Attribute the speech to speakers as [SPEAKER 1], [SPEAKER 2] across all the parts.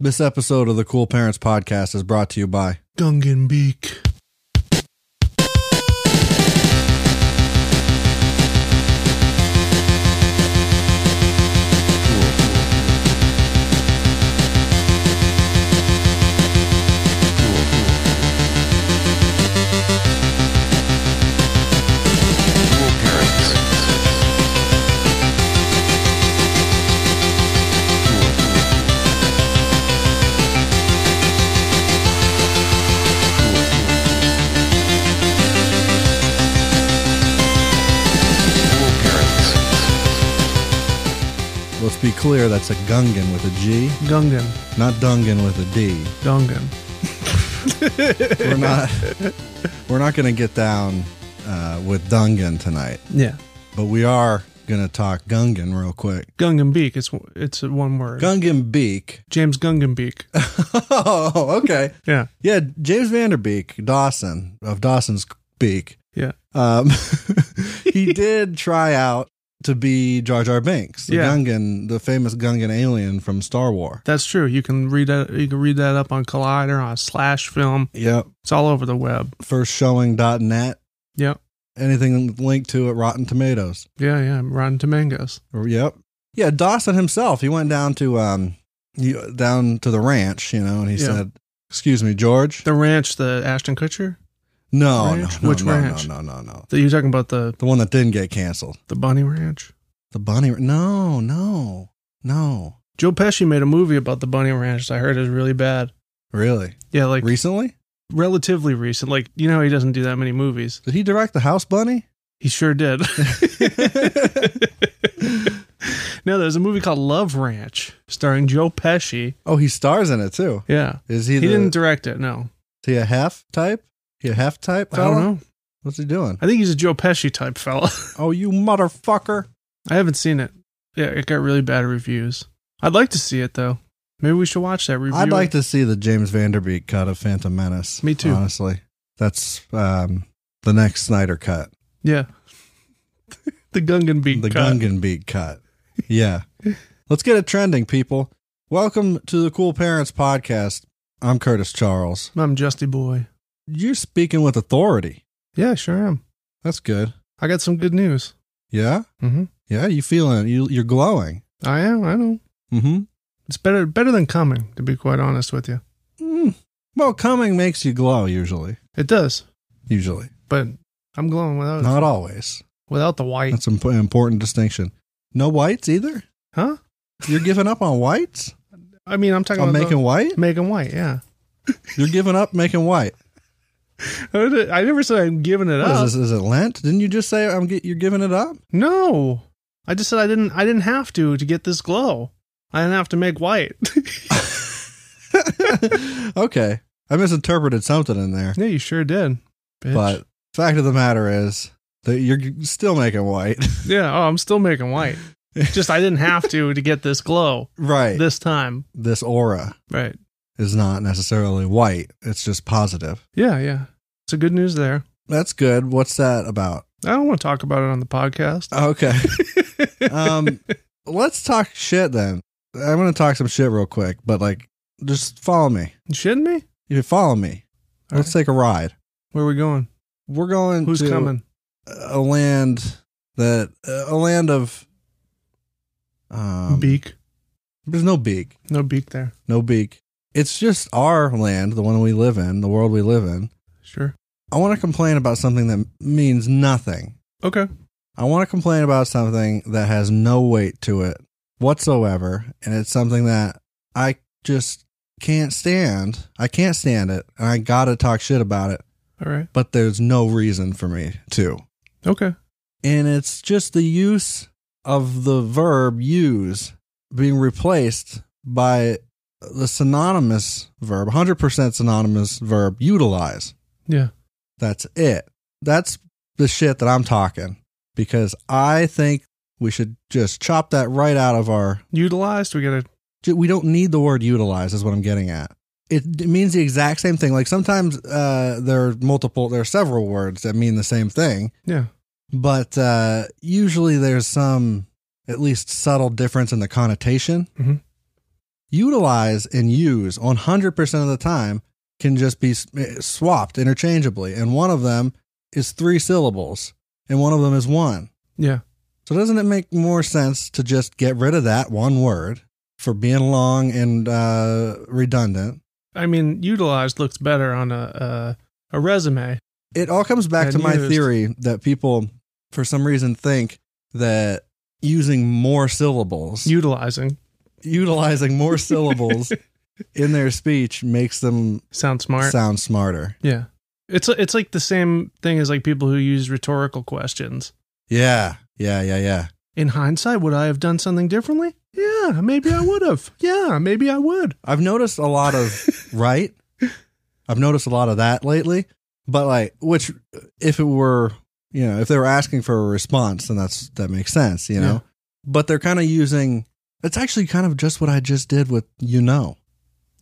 [SPEAKER 1] This episode of the Cool Parents Podcast is brought to you by
[SPEAKER 2] Gungan Beak.
[SPEAKER 1] Let's be clear, that's a Gungan with a G,
[SPEAKER 2] Gungan.
[SPEAKER 1] not Dungan with a D.
[SPEAKER 2] Gungan.
[SPEAKER 1] We're not we're not gonna get down uh, with Dungan tonight,
[SPEAKER 2] Yeah.
[SPEAKER 1] but we are gonna talk Gungan real quick.
[SPEAKER 2] Gungan Beak. It's it's one word.
[SPEAKER 1] Gungan Beak.
[SPEAKER 2] James Gungan Beak.
[SPEAKER 1] oh, okay.
[SPEAKER 2] Yeah.
[SPEAKER 1] Yeah, James Vanderbeek, Dawson of Dawson's Beak.
[SPEAKER 2] Yeah.
[SPEAKER 1] Um, he did try out to be Jar Jar Binks, the
[SPEAKER 2] Yeah.
[SPEAKER 1] Gungan, the famous Gungan alien from Star Wars.
[SPEAKER 2] That's true. You can read that. You can read that up on Collider, on Slash Film.
[SPEAKER 1] Yep.
[SPEAKER 2] It's all over the web.
[SPEAKER 1] Firstshowing.net.
[SPEAKER 2] Yep.
[SPEAKER 1] Anything linked to it, Rotten Tomatoes.
[SPEAKER 2] Yeah. Yeah. Rotten Tomatoes.
[SPEAKER 1] Or- Yep. Yeah, Dawson himself, he went down to um he, down to the ranch, you know, and he
[SPEAKER 2] Yeah.
[SPEAKER 1] said, "Excuse me, George."
[SPEAKER 2] The ranch. The Ashton Kutcher.
[SPEAKER 1] no, no,
[SPEAKER 2] ranch?
[SPEAKER 1] no,
[SPEAKER 2] Which
[SPEAKER 1] no,
[SPEAKER 2] ranch?
[SPEAKER 1] no, no, no, no.
[SPEAKER 2] The, you're talking about the
[SPEAKER 1] The one that didn't get canceled.
[SPEAKER 2] the Bunny Ranch.
[SPEAKER 1] The bunny. No, no, no.
[SPEAKER 2] Joe Pesci made a movie about the Bunny Ranch. that I heard is really bad.
[SPEAKER 1] Really?
[SPEAKER 2] Yeah. Like
[SPEAKER 1] Recently?
[SPEAKER 2] relatively recent. Like you know he doesn't do that many movies.
[SPEAKER 1] Did he direct the House Bunny?
[SPEAKER 2] He sure did. no, there's a movie called Love Ranch starring Joe Pesci.
[SPEAKER 1] Oh, he stars in it too.
[SPEAKER 2] Yeah.
[SPEAKER 1] Is he?
[SPEAKER 2] He
[SPEAKER 1] the,
[SPEAKER 2] didn't direct it, no.
[SPEAKER 1] Is he a half type? He a half type?
[SPEAKER 2] I don't
[SPEAKER 1] fella?
[SPEAKER 2] know.
[SPEAKER 1] What's he doing?
[SPEAKER 2] I think he's a Joe Pesci type fella.
[SPEAKER 1] Oh, you motherfucker!
[SPEAKER 2] I haven't seen it. Yeah, it got really bad reviews. I'd like to see it though. Maybe we should watch that review.
[SPEAKER 1] I'd like to see the James Vanderbeek cut of Phantom Menace.
[SPEAKER 2] Me too.
[SPEAKER 1] Honestly, that's um, the next Snyder cut,
[SPEAKER 2] Yeah. the Gungan beat.
[SPEAKER 1] the
[SPEAKER 2] cut.
[SPEAKER 1] Gungan Beak cut. Yeah, let's get it trending, people. Welcome to the Cool Parents Podcast. I'm Curtis Charles.
[SPEAKER 2] I'm Justy Boy.
[SPEAKER 1] You're speaking with authority.
[SPEAKER 2] Yeah, sure am.
[SPEAKER 1] That's good.
[SPEAKER 2] I got some good news.
[SPEAKER 1] Yeah,
[SPEAKER 2] Mm-hmm.
[SPEAKER 1] yeah. You feeling? You you're glowing.
[SPEAKER 2] I am. I know.
[SPEAKER 1] Mm-hmm.
[SPEAKER 2] It's better better than coming, to be quite honest with you.
[SPEAKER 1] Mm. Well, coming makes you glow usually.
[SPEAKER 2] It does,
[SPEAKER 1] Usually,
[SPEAKER 2] but I'm glowing without
[SPEAKER 1] not always.
[SPEAKER 2] without the white.
[SPEAKER 1] That's an imp- important distinction. No whites either.
[SPEAKER 2] Huh?
[SPEAKER 1] You're giving up on whites?
[SPEAKER 2] I mean, I'm talking
[SPEAKER 1] on
[SPEAKER 2] about
[SPEAKER 1] Oh, making white?
[SPEAKER 2] the, Megan White. Yeah,
[SPEAKER 1] You're giving up making white.
[SPEAKER 2] I never said I'm giving it
[SPEAKER 1] What
[SPEAKER 2] up.
[SPEAKER 1] is, this, is it Lent? Didn't you just say I'm get, you're giving it up?
[SPEAKER 2] No, I just said I didn't. I didn't have to to get this glow. I didn't have to make white.
[SPEAKER 1] okay, I misinterpreted something in there.
[SPEAKER 2] yeah, you sure did. Bitch.
[SPEAKER 1] But fact of the matter is that you're g- still making white,
[SPEAKER 2] yeah, oh, I'm still making white. just I didn't have to to get this glow
[SPEAKER 1] right?
[SPEAKER 2] this time.
[SPEAKER 1] this aura
[SPEAKER 2] Right.
[SPEAKER 1] is not necessarily white. It's just positive.
[SPEAKER 2] Yeah, yeah. So good news there.
[SPEAKER 1] That's good. What's that about?
[SPEAKER 2] I don't want to talk about it on the podcast.
[SPEAKER 1] Okay. um, let's talk shit then. I'm gonna talk some shit real quick, but like, just follow me.
[SPEAKER 2] You shitting me?
[SPEAKER 1] If you follow me,
[SPEAKER 2] All
[SPEAKER 1] let's take a ride.
[SPEAKER 2] Where are we going?
[SPEAKER 1] We're going
[SPEAKER 2] Who's
[SPEAKER 1] to
[SPEAKER 2] coming?
[SPEAKER 1] a land that a land of um,
[SPEAKER 2] beak.
[SPEAKER 1] There's no beak,
[SPEAKER 2] No beak there.
[SPEAKER 1] no beak. It's just our land, the one we live in, the world we live in.
[SPEAKER 2] Sure.
[SPEAKER 1] I want to complain about something that means nothing.
[SPEAKER 2] Okay.
[SPEAKER 1] I want to complain about something that has no weight to it whatsoever. And it's something that I just can't stand. I can't stand it. And I got to talk shit about it.
[SPEAKER 2] All right.
[SPEAKER 1] But there's no reason for me to.
[SPEAKER 2] Okay.
[SPEAKER 1] And it's just the use of the verb use being replaced by the synonymous verb, 100% synonymous verb utilize.
[SPEAKER 2] Yeah.
[SPEAKER 1] That's it. That's the shit that I'm talking because I think we should just chop that right out of our.
[SPEAKER 2] Utilized. We got to.
[SPEAKER 1] ju- We don't need the word utilize, is what I'm getting at. It, it means the exact same thing. Like sometimes uh, there are multiple, there are several words that mean the same thing,
[SPEAKER 2] Yeah.
[SPEAKER 1] but uh, usually there's some at least subtle difference in the connotation.
[SPEAKER 2] Mhm.
[SPEAKER 1] utilize and use 100% of the time can just be s- eh, swapped interchangeably. And one of them is three syllables and one of them is one.
[SPEAKER 2] Yeah.
[SPEAKER 1] So doesn't it make more sense to just get rid of that one word for being long and uh, redundant?
[SPEAKER 2] I mean, utilized looks better on a a, a resume.
[SPEAKER 1] It all comes back
[SPEAKER 2] And
[SPEAKER 1] to my
[SPEAKER 2] used.
[SPEAKER 1] theory that people, for some reason, think that using more syllables,
[SPEAKER 2] Utilizing
[SPEAKER 1] utilizing more syllables in their speech makes them
[SPEAKER 2] sounds smart.
[SPEAKER 1] sound smarter.
[SPEAKER 2] yeah. It's it's like the same thing as like people who use rhetorical questions.
[SPEAKER 1] Yeah, yeah, yeah, yeah.
[SPEAKER 2] In hindsight, would I have done something differently? Yeah, maybe I would have. Yeah, maybe I would.
[SPEAKER 1] I've noticed a lot of right. I've noticed a lot of that lately. But like, which if it were, you know, if they were asking for a response, then that's that makes sense, you know.
[SPEAKER 2] Yeah.
[SPEAKER 1] But they're kind of using. That's actually kind of just what I just did with you know.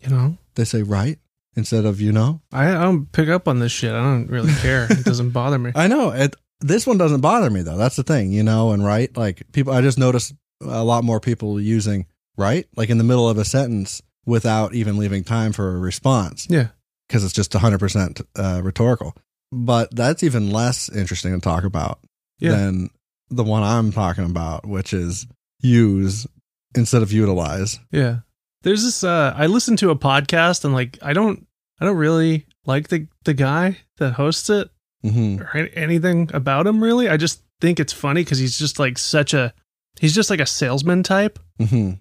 [SPEAKER 2] You know,
[SPEAKER 1] They say right instead of you know.
[SPEAKER 2] I, I don't pick up on this shit. I don't really care. It doesn't bother me.
[SPEAKER 1] I know it. This one doesn't bother me though. That's the thing, you know, and right. Like people, I just noticed a lot more people using right, like in the middle of a sentence without even leaving time for a response.
[SPEAKER 2] Yeah.
[SPEAKER 1] because it's just 100% uh, rhetorical. But that's even less interesting to talk about
[SPEAKER 2] Yeah.
[SPEAKER 1] than the one I'm talking about, which is use instead of utilize.
[SPEAKER 2] Yeah. There's this uh I listened to a podcast and like I don't I don't really like the the guy that hosts it
[SPEAKER 1] hmm
[SPEAKER 2] or an- anything about him really. I just think it's funny cuz he's just like such a he's just like a salesman type.
[SPEAKER 1] hmm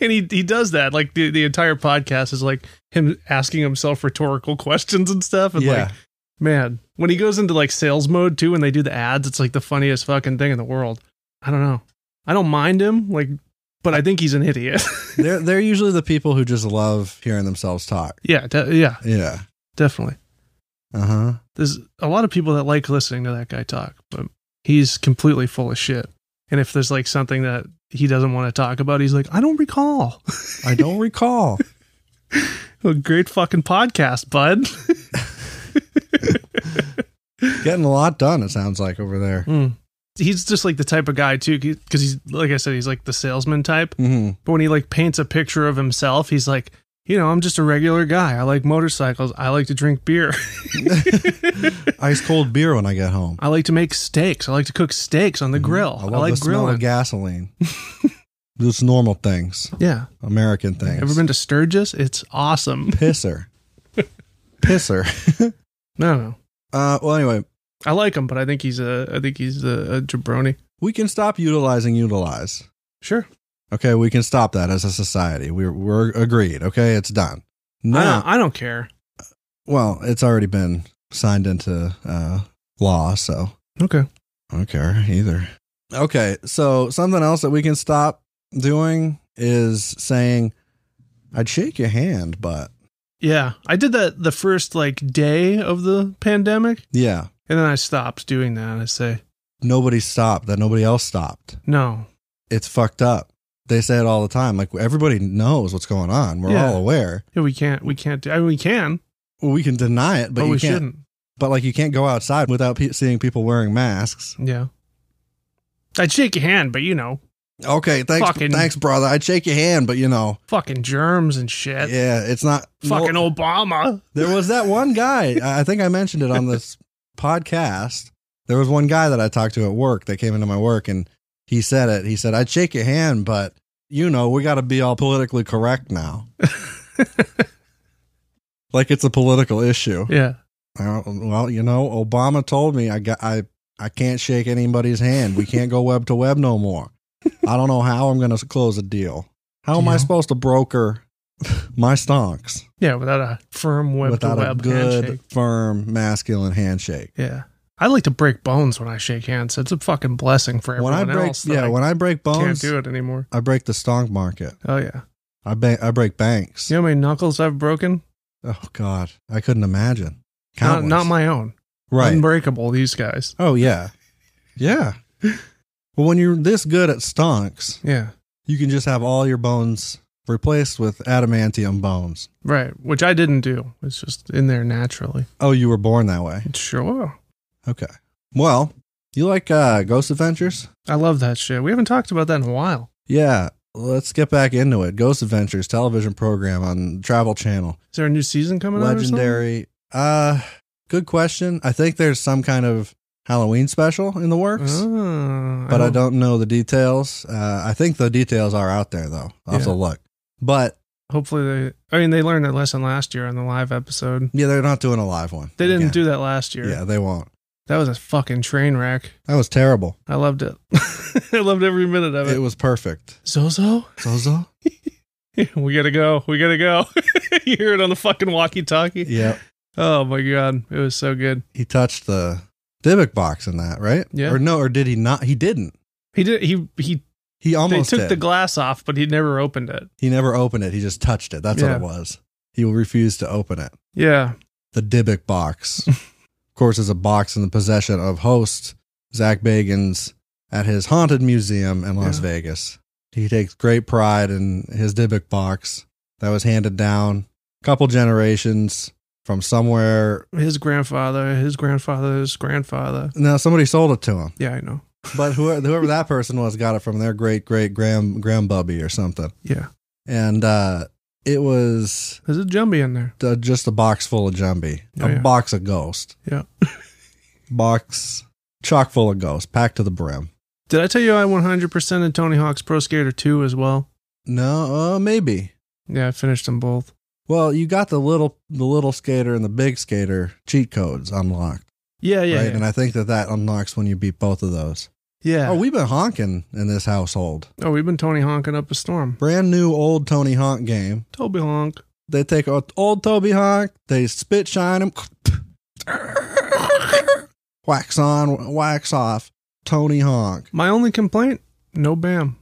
[SPEAKER 2] and he he does that. Like the the entire podcast is like him asking himself rhetorical questions and stuff and
[SPEAKER 1] Yeah.
[SPEAKER 2] like man, when he goes into like sales mode too and they do the ads, it's like the funniest fucking thing in the world. I don't know. I don't mind him like but I think he's an idiot.
[SPEAKER 1] they're, they're usually the people who just love hearing themselves talk.
[SPEAKER 2] yeah, de- yeah,
[SPEAKER 1] Yeah.
[SPEAKER 2] definitely.
[SPEAKER 1] Uh huh.
[SPEAKER 2] there's a lot of people that like listening to that guy talk, but he's completely full of shit. And if there's like something that he doesn't want to talk about, he's like, I don't recall.
[SPEAKER 1] I don't recall.
[SPEAKER 2] a great fucking podcast, bud.
[SPEAKER 1] Getting a lot done, it sounds like over there.
[SPEAKER 2] Hmm. He's just like the type of guy too, because he's like I said, he's like the salesman type.
[SPEAKER 1] hmm
[SPEAKER 2] But when he like paints a picture of himself, he's like, you know, I'm just a regular guy. I like motorcycles. I like to drink beer.
[SPEAKER 1] Ice cold beer when I get home.
[SPEAKER 2] I like to make steaks. I like to cook steaks on the grill.
[SPEAKER 1] Mm-hmm. I
[SPEAKER 2] I,
[SPEAKER 1] love
[SPEAKER 2] like
[SPEAKER 1] the smell
[SPEAKER 2] grilling.
[SPEAKER 1] of gasoline. Just normal things,
[SPEAKER 2] yeah.
[SPEAKER 1] American things.
[SPEAKER 2] Ever been to Sturgis? It's awesome.
[SPEAKER 1] pisser pisser
[SPEAKER 2] No, no.
[SPEAKER 1] uh well anyway
[SPEAKER 2] I like him, but I think he's a I think he's a, a jabroni.
[SPEAKER 1] we can stop utilizing utilize
[SPEAKER 2] Sure.
[SPEAKER 1] okay we can stop that as a society we're we're agreed okay it's done
[SPEAKER 2] I,
[SPEAKER 1] no
[SPEAKER 2] don't, I don't care.
[SPEAKER 1] well it's already been signed into uh law so
[SPEAKER 2] Okay.
[SPEAKER 1] i don't care either okay so something else that we can stop doing is saying i'd shake your hand but
[SPEAKER 2] Yeah, I did that the first like day of the pandemic,
[SPEAKER 1] yeah
[SPEAKER 2] and then I stopped doing that. I say
[SPEAKER 1] nobody stopped that nobody else stopped
[SPEAKER 2] no.
[SPEAKER 1] it's fucked up. They say it all the time. Like everybody knows what's going on. We're
[SPEAKER 2] Yeah.
[SPEAKER 1] all aware.
[SPEAKER 2] Yeah, we can't. We can't. Do, I mean, we can,
[SPEAKER 1] Well, we can deny it,
[SPEAKER 2] but,
[SPEAKER 1] but, you
[SPEAKER 2] we
[SPEAKER 1] can't.
[SPEAKER 2] shouldn't.
[SPEAKER 1] But like you can't go outside without pe- seeing people wearing masks.
[SPEAKER 2] Yeah. I'd shake your hand, but you know,
[SPEAKER 1] Okay, thanks,
[SPEAKER 2] Fucking-
[SPEAKER 1] thanks, brother. I'd shake your hand, but you know,
[SPEAKER 2] fucking germs and shit.
[SPEAKER 1] yeah, it's not
[SPEAKER 2] Fucking
[SPEAKER 1] Well,
[SPEAKER 2] Obama.
[SPEAKER 1] there was that one guy. I I think I mentioned it on this podcast. There was one guy that I talked to at work that came into my work, and he said it. He said, "I'd shake your hand, but you know, we got to be all politically correct now." like it's a political issue.
[SPEAKER 2] Yeah.
[SPEAKER 1] Uh, well, you know, Obama told me I got I I can't shake anybody's hand. We can't go web to web no more. I don't know how I'm going to close a deal. How am I
[SPEAKER 2] Deal.
[SPEAKER 1] supposed to broker my stonks
[SPEAKER 2] Yeah. Without a firm web
[SPEAKER 1] without
[SPEAKER 2] to
[SPEAKER 1] a
[SPEAKER 2] web
[SPEAKER 1] good,
[SPEAKER 2] handshake.
[SPEAKER 1] firm, masculine handshake?
[SPEAKER 2] Yeah. I like to break bones when I shake hands. It's a fucking blessing for
[SPEAKER 1] When
[SPEAKER 2] everyone
[SPEAKER 1] I break,
[SPEAKER 2] else. that
[SPEAKER 1] yeah,
[SPEAKER 2] I
[SPEAKER 1] when I break
[SPEAKER 2] can't
[SPEAKER 1] bones,
[SPEAKER 2] do it anymore.
[SPEAKER 1] I break the stonk market.
[SPEAKER 2] Oh yeah.
[SPEAKER 1] I ba- I break banks.
[SPEAKER 2] You know how many knuckles I've broken?
[SPEAKER 1] Oh God, I couldn't imagine.
[SPEAKER 2] Not,
[SPEAKER 1] Countless.
[SPEAKER 2] not my own.
[SPEAKER 1] right.
[SPEAKER 2] Unbreakable. These guys.
[SPEAKER 1] oh yeah, yeah. well, when you're this good at stonks.
[SPEAKER 2] Yeah.
[SPEAKER 1] you can just have all your bones replaced with adamantium bones.
[SPEAKER 2] Right. Which I didn't do. It's just in there naturally.
[SPEAKER 1] Oh, you were born that way.
[SPEAKER 2] Sure.
[SPEAKER 1] Okay. Well, you like uh, Ghost Adventures?
[SPEAKER 2] I love that shit. We haven't talked about that in a while.
[SPEAKER 1] Yeah. let's get back into it. Ghost Adventures television program on Travel Channel.
[SPEAKER 2] Is there a new season coming out? or something?
[SPEAKER 1] Legendary. Uh good question. I think there's some kind of Halloween special in the works.
[SPEAKER 2] Ah,
[SPEAKER 1] but I don't know the details. Uh, I think the details are out there though. I'll have to
[SPEAKER 2] Yeah.
[SPEAKER 1] look. But
[SPEAKER 2] Hopefully they. I mean, they learned their lesson last year on the live episode.
[SPEAKER 1] yeah, they're not doing a live one.
[SPEAKER 2] They didn't
[SPEAKER 1] Again.
[SPEAKER 2] do that last year.
[SPEAKER 1] Yeah, they won't.
[SPEAKER 2] That was a fucking train wreck.
[SPEAKER 1] That was terrible.
[SPEAKER 2] I loved it. I loved every minute of
[SPEAKER 1] It
[SPEAKER 2] it.
[SPEAKER 1] was perfect.
[SPEAKER 2] Zozo,
[SPEAKER 1] Zozo?
[SPEAKER 2] we gotta go. We gotta go. you hear it on the fucking walkie-talkie.
[SPEAKER 1] yeah.
[SPEAKER 2] Oh my god, it was so good.
[SPEAKER 1] He touched the Dybbuk box in that, right?
[SPEAKER 2] Yeah.
[SPEAKER 1] Or no, or did he not? He didn't.
[SPEAKER 2] He did. He he.
[SPEAKER 1] He
[SPEAKER 2] They
[SPEAKER 1] almost
[SPEAKER 2] took the
[SPEAKER 1] did.
[SPEAKER 2] glass off, but he never opened it.
[SPEAKER 1] he never opened it. He just touched it. That's what
[SPEAKER 2] Yeah.
[SPEAKER 1] it was. He refused to open it.
[SPEAKER 2] Yeah.
[SPEAKER 1] The Dybbuk box, of course, is a box in the possession of host Zach Bagans at his haunted museum in Las
[SPEAKER 2] Yeah.
[SPEAKER 1] Vegas. He takes great pride in his Dybbuk box that was handed down a couple generations from somewhere.
[SPEAKER 2] His grandfather, his grandfather's grandfather.
[SPEAKER 1] Now somebody sold it to him.
[SPEAKER 2] Yeah, I know.
[SPEAKER 1] but whoever, whoever that person was got it from their great great grand grandbubby or something
[SPEAKER 2] Yeah.
[SPEAKER 1] and uh it was
[SPEAKER 2] There's a jumbie in there.
[SPEAKER 1] uh, just a box full of jumbie
[SPEAKER 2] Oh,
[SPEAKER 1] a
[SPEAKER 2] yeah.
[SPEAKER 1] box of ghost
[SPEAKER 2] Yeah.
[SPEAKER 1] box chock full of ghost packed to the brim
[SPEAKER 2] Did I tell you I 100% in Tony Hawk's Pro Skater 2 as well?
[SPEAKER 1] no uh, maybe
[SPEAKER 2] Yeah, I finished them both.
[SPEAKER 1] well you got the little the little skater and the big skater cheat codes unlocked
[SPEAKER 2] Yeah, yeah.
[SPEAKER 1] right
[SPEAKER 2] yeah.
[SPEAKER 1] and i think that that unlocks when you beat both of those
[SPEAKER 2] Yeah.
[SPEAKER 1] oh we've been honking in this household
[SPEAKER 2] Oh, we've been Tony honking up a storm.
[SPEAKER 1] brand new old tony honk game
[SPEAKER 2] Toby honk.
[SPEAKER 1] They take a old Toby Hawk, they spit shine him, wax on, wax off. Tony Honk.
[SPEAKER 2] My only complaint, no bam.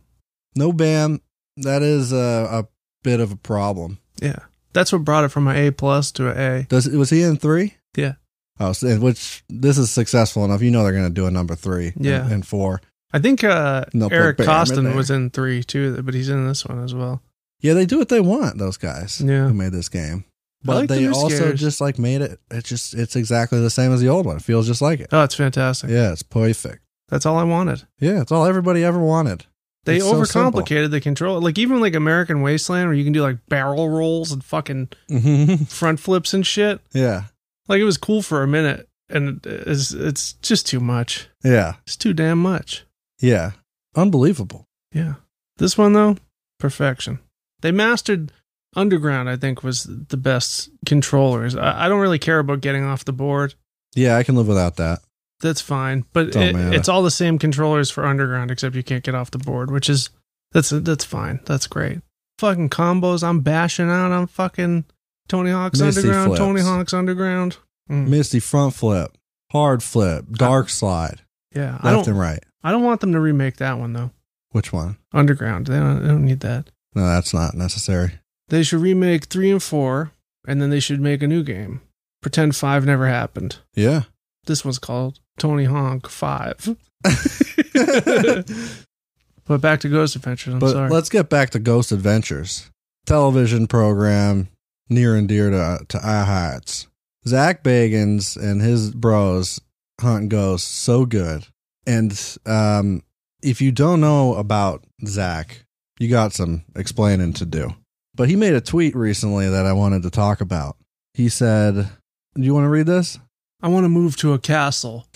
[SPEAKER 1] No bam. That is a, a bit of a problem.
[SPEAKER 2] Yeah. That's what brought it from an A plus to an A.
[SPEAKER 1] Does was he in three?
[SPEAKER 2] Yeah.
[SPEAKER 1] Oh, so, which this is successful enough. You know they're going to do a number three. and-
[SPEAKER 2] Yeah.
[SPEAKER 1] And, four.
[SPEAKER 2] I think uh,
[SPEAKER 1] No, put
[SPEAKER 2] Eric
[SPEAKER 1] bam in
[SPEAKER 2] Costin
[SPEAKER 1] there.
[SPEAKER 2] was in three too, but he's in this one as well.
[SPEAKER 1] Yeah, they do what they want. Those guys.
[SPEAKER 2] Yeah.
[SPEAKER 1] Who made this game? But
[SPEAKER 2] like the
[SPEAKER 1] they
[SPEAKER 2] new
[SPEAKER 1] also
[SPEAKER 2] scares.
[SPEAKER 1] just like made it. It's just it's exactly the same as the old one. It feels just like it.
[SPEAKER 2] Oh, it's fantastic.
[SPEAKER 1] Yeah, it's perfect.
[SPEAKER 2] That's all I wanted.
[SPEAKER 1] Yeah, it's all everybody ever wanted.
[SPEAKER 2] They
[SPEAKER 1] It's so simple.
[SPEAKER 2] overcomplicated the control. Like even like American Wasteland where you can do like barrel rolls and fucking
[SPEAKER 1] Mm-hmm.
[SPEAKER 2] front flips and shit.
[SPEAKER 1] Yeah.
[SPEAKER 2] Like it was cool for a minute and it's it's just too much.
[SPEAKER 1] Yeah.
[SPEAKER 2] It's too damn much.
[SPEAKER 1] Yeah. Unbelievable.
[SPEAKER 2] Yeah. This one though, perfection. They mastered Underground, I think, was the best controllers. I, I don't really care about getting off the board.
[SPEAKER 1] Yeah, I can live without that.
[SPEAKER 2] That's fine, but
[SPEAKER 1] Don't
[SPEAKER 2] it,
[SPEAKER 1] matter.
[SPEAKER 2] it's all the same controllers for Underground, except you can't get off the board, which is that's that's fine. That's great. Fucking combos. I'm bashing out on fucking Tony Hawk's
[SPEAKER 1] Misty
[SPEAKER 2] Underground.
[SPEAKER 1] flips.
[SPEAKER 2] Tony Hawk's Underground. Mm.
[SPEAKER 1] Misty front flip, hard flip, dark slide,
[SPEAKER 2] yeah, I
[SPEAKER 1] left
[SPEAKER 2] don't.
[SPEAKER 1] and right.
[SPEAKER 2] I don't want them to remake that one though.
[SPEAKER 1] Which one?
[SPEAKER 2] Underground. They don't, they don't need that.
[SPEAKER 1] No, that's not necessary.
[SPEAKER 2] They should remake three and four, and then they should make a new game. Pretend five never happened.
[SPEAKER 1] Yeah.
[SPEAKER 2] This one's called Tony Hawk Five.
[SPEAKER 1] but
[SPEAKER 2] But back to Ghost Adventures. I'm sorry.
[SPEAKER 1] let's get back to Ghost Adventures. Television program near and dear to to our hearts. Zach Bagans and his bros hunt ghosts so good. And um, if you don't know about Zach, you got some explaining to do. But he made a tweet recently that I wanted to talk about. He said, "Do you want to read this?"
[SPEAKER 2] I want to move to a castle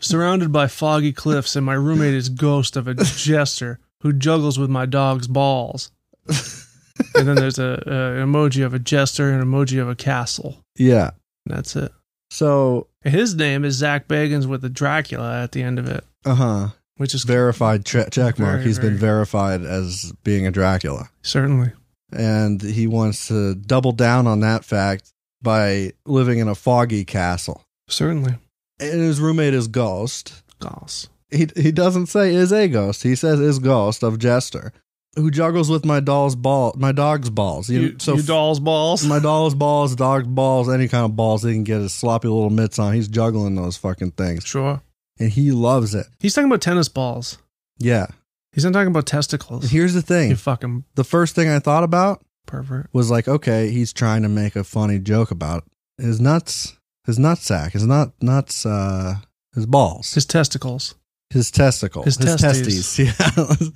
[SPEAKER 2] surrounded by foggy cliffs, and my roommate is ghost of a jester who juggles with my dog's balls. and then there's a, a an emoji of a jester and an emoji of a castle.
[SPEAKER 1] Yeah.
[SPEAKER 2] And that's it.
[SPEAKER 1] So,
[SPEAKER 2] His name is Zach Bagans with a Dracula at the end of it,
[SPEAKER 1] uh huh.
[SPEAKER 2] which is
[SPEAKER 1] Verified che- check mark.
[SPEAKER 2] Very,
[SPEAKER 1] He's been
[SPEAKER 2] very-
[SPEAKER 1] verified as being a Dracula.
[SPEAKER 2] certainly
[SPEAKER 1] and he wants to double down on that fact by living in a foggy castle.
[SPEAKER 2] certainly
[SPEAKER 1] And his roommate is Ghost.
[SPEAKER 2] Goss.
[SPEAKER 1] He he doesn't say is a ghost. He says is Ghost of Jester, who juggles with my doll's ball, my dog's balls. You-
[SPEAKER 2] You,
[SPEAKER 1] so
[SPEAKER 2] you
[SPEAKER 1] f-
[SPEAKER 2] doll's balls.
[SPEAKER 1] my doll's balls, dog's balls, any kind of balls he can get his sloppy little mitts on. He's juggling those fucking things,
[SPEAKER 2] sure.
[SPEAKER 1] and he loves it.
[SPEAKER 2] He's talking about tennis balls.
[SPEAKER 1] Yeah.
[SPEAKER 2] He's not talking about
[SPEAKER 1] And
[SPEAKER 2] testicles.
[SPEAKER 1] here's the thing.
[SPEAKER 2] You fucking
[SPEAKER 1] The first thing I thought about
[SPEAKER 2] pervert.
[SPEAKER 1] was like, okay, he's trying to make a funny joke about his nuts, his nutsack, his nut nuts, uh, his balls,
[SPEAKER 2] His testicles.
[SPEAKER 1] his testicle,
[SPEAKER 2] His testes.
[SPEAKER 1] testes. Yeah,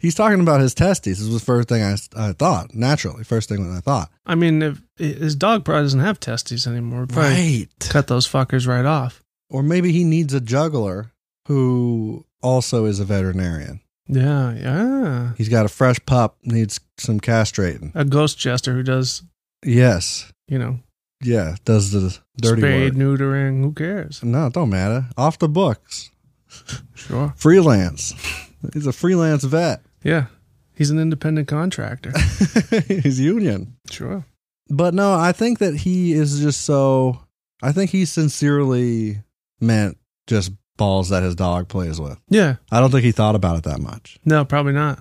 [SPEAKER 1] he's talking about his testes. This was the first thing I, I thought naturally. First thing that I thought.
[SPEAKER 2] I mean, if his dog probably doesn't have testes anymore. Probably
[SPEAKER 1] Right.
[SPEAKER 2] cut those fuckers right off.
[SPEAKER 1] Or maybe he needs a juggler who also is a veterinarian.
[SPEAKER 2] Yeah, yeah.
[SPEAKER 1] He's got a fresh pup needs some castrating.
[SPEAKER 2] A ghost jester who does,
[SPEAKER 1] Yes.
[SPEAKER 2] you know,
[SPEAKER 1] Yeah, does the dirty
[SPEAKER 2] spade
[SPEAKER 1] work.
[SPEAKER 2] neutering. Who cares?
[SPEAKER 1] No, it don't matter. Off the books.
[SPEAKER 2] Sure.
[SPEAKER 1] Freelance. He's a freelance vet.
[SPEAKER 2] Yeah. He's an independent contractor.
[SPEAKER 1] He's union.
[SPEAKER 2] sure.
[SPEAKER 1] But no, I think that he is just so. I think he sincerely meant just balls that his dog plays with.
[SPEAKER 2] Yeah.
[SPEAKER 1] I don't think he thought about it that much.
[SPEAKER 2] No, probably not.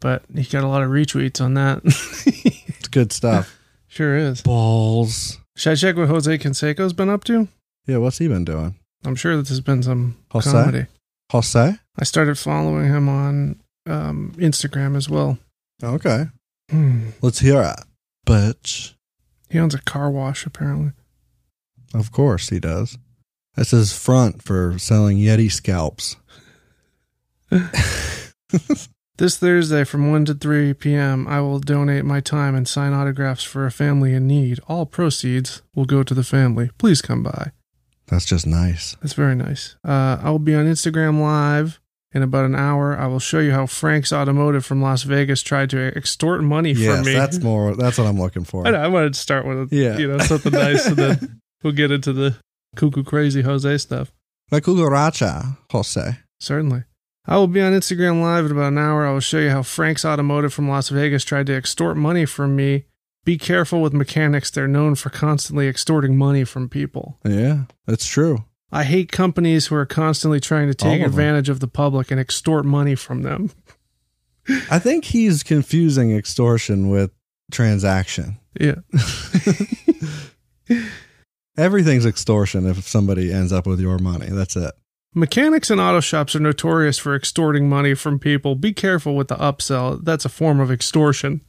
[SPEAKER 2] But he got a lot of retweets on that.
[SPEAKER 1] It's good stuff.
[SPEAKER 2] sure is.
[SPEAKER 1] balls.
[SPEAKER 2] Should I check what Jose Canseco's been up to?
[SPEAKER 1] Yeah, what's he been doing?
[SPEAKER 2] I'm sure that there's been some
[SPEAKER 1] Jose?
[SPEAKER 2] comedy.
[SPEAKER 1] Jose?
[SPEAKER 2] I started following him on um, Instagram as well.
[SPEAKER 1] Okay.
[SPEAKER 2] Hmm.
[SPEAKER 1] Let's hear it. Bitch.
[SPEAKER 2] He owns a car wash, apparently.
[SPEAKER 1] Of course he does. That's his front for selling Yeti scalps.
[SPEAKER 2] This Thursday from 1 to 3 p.m., I will donate my time and sign autographs for a family in need. All proceeds will go to the family. Please come by.
[SPEAKER 1] That's just nice.
[SPEAKER 2] That's very nice. Uh, I will be on Instagram Live in about an hour. I will show you how Frank's Automotive from Las Vegas tried to extort money
[SPEAKER 1] yes,
[SPEAKER 2] from me.
[SPEAKER 1] that's more. That's what I'm looking for.
[SPEAKER 2] I, know, I wanted to start with
[SPEAKER 1] Yeah.
[SPEAKER 2] you know something nice, and then we'll get into the cuckoo crazy Jose stuff.
[SPEAKER 1] La cucaracha, Jose.
[SPEAKER 2] Certainly. I will be on Instagram Live in about an hour. I will show you how Frank's Automotive from Las Vegas tried to extort money from me. Be careful with mechanics. They're known for constantly extorting money from people.
[SPEAKER 1] Yeah, that's true.
[SPEAKER 2] I hate companies who are constantly trying to
[SPEAKER 1] All of
[SPEAKER 2] take
[SPEAKER 1] them.
[SPEAKER 2] advantage of the public and extort money from them.
[SPEAKER 1] I think he's confusing extortion with transaction.
[SPEAKER 2] Yeah.
[SPEAKER 1] Everything's extortion if somebody ends up with your money. That's it.
[SPEAKER 2] Mechanics and auto shops are notorious for extorting money from people. Be careful with the upsell. That's a form of extortion.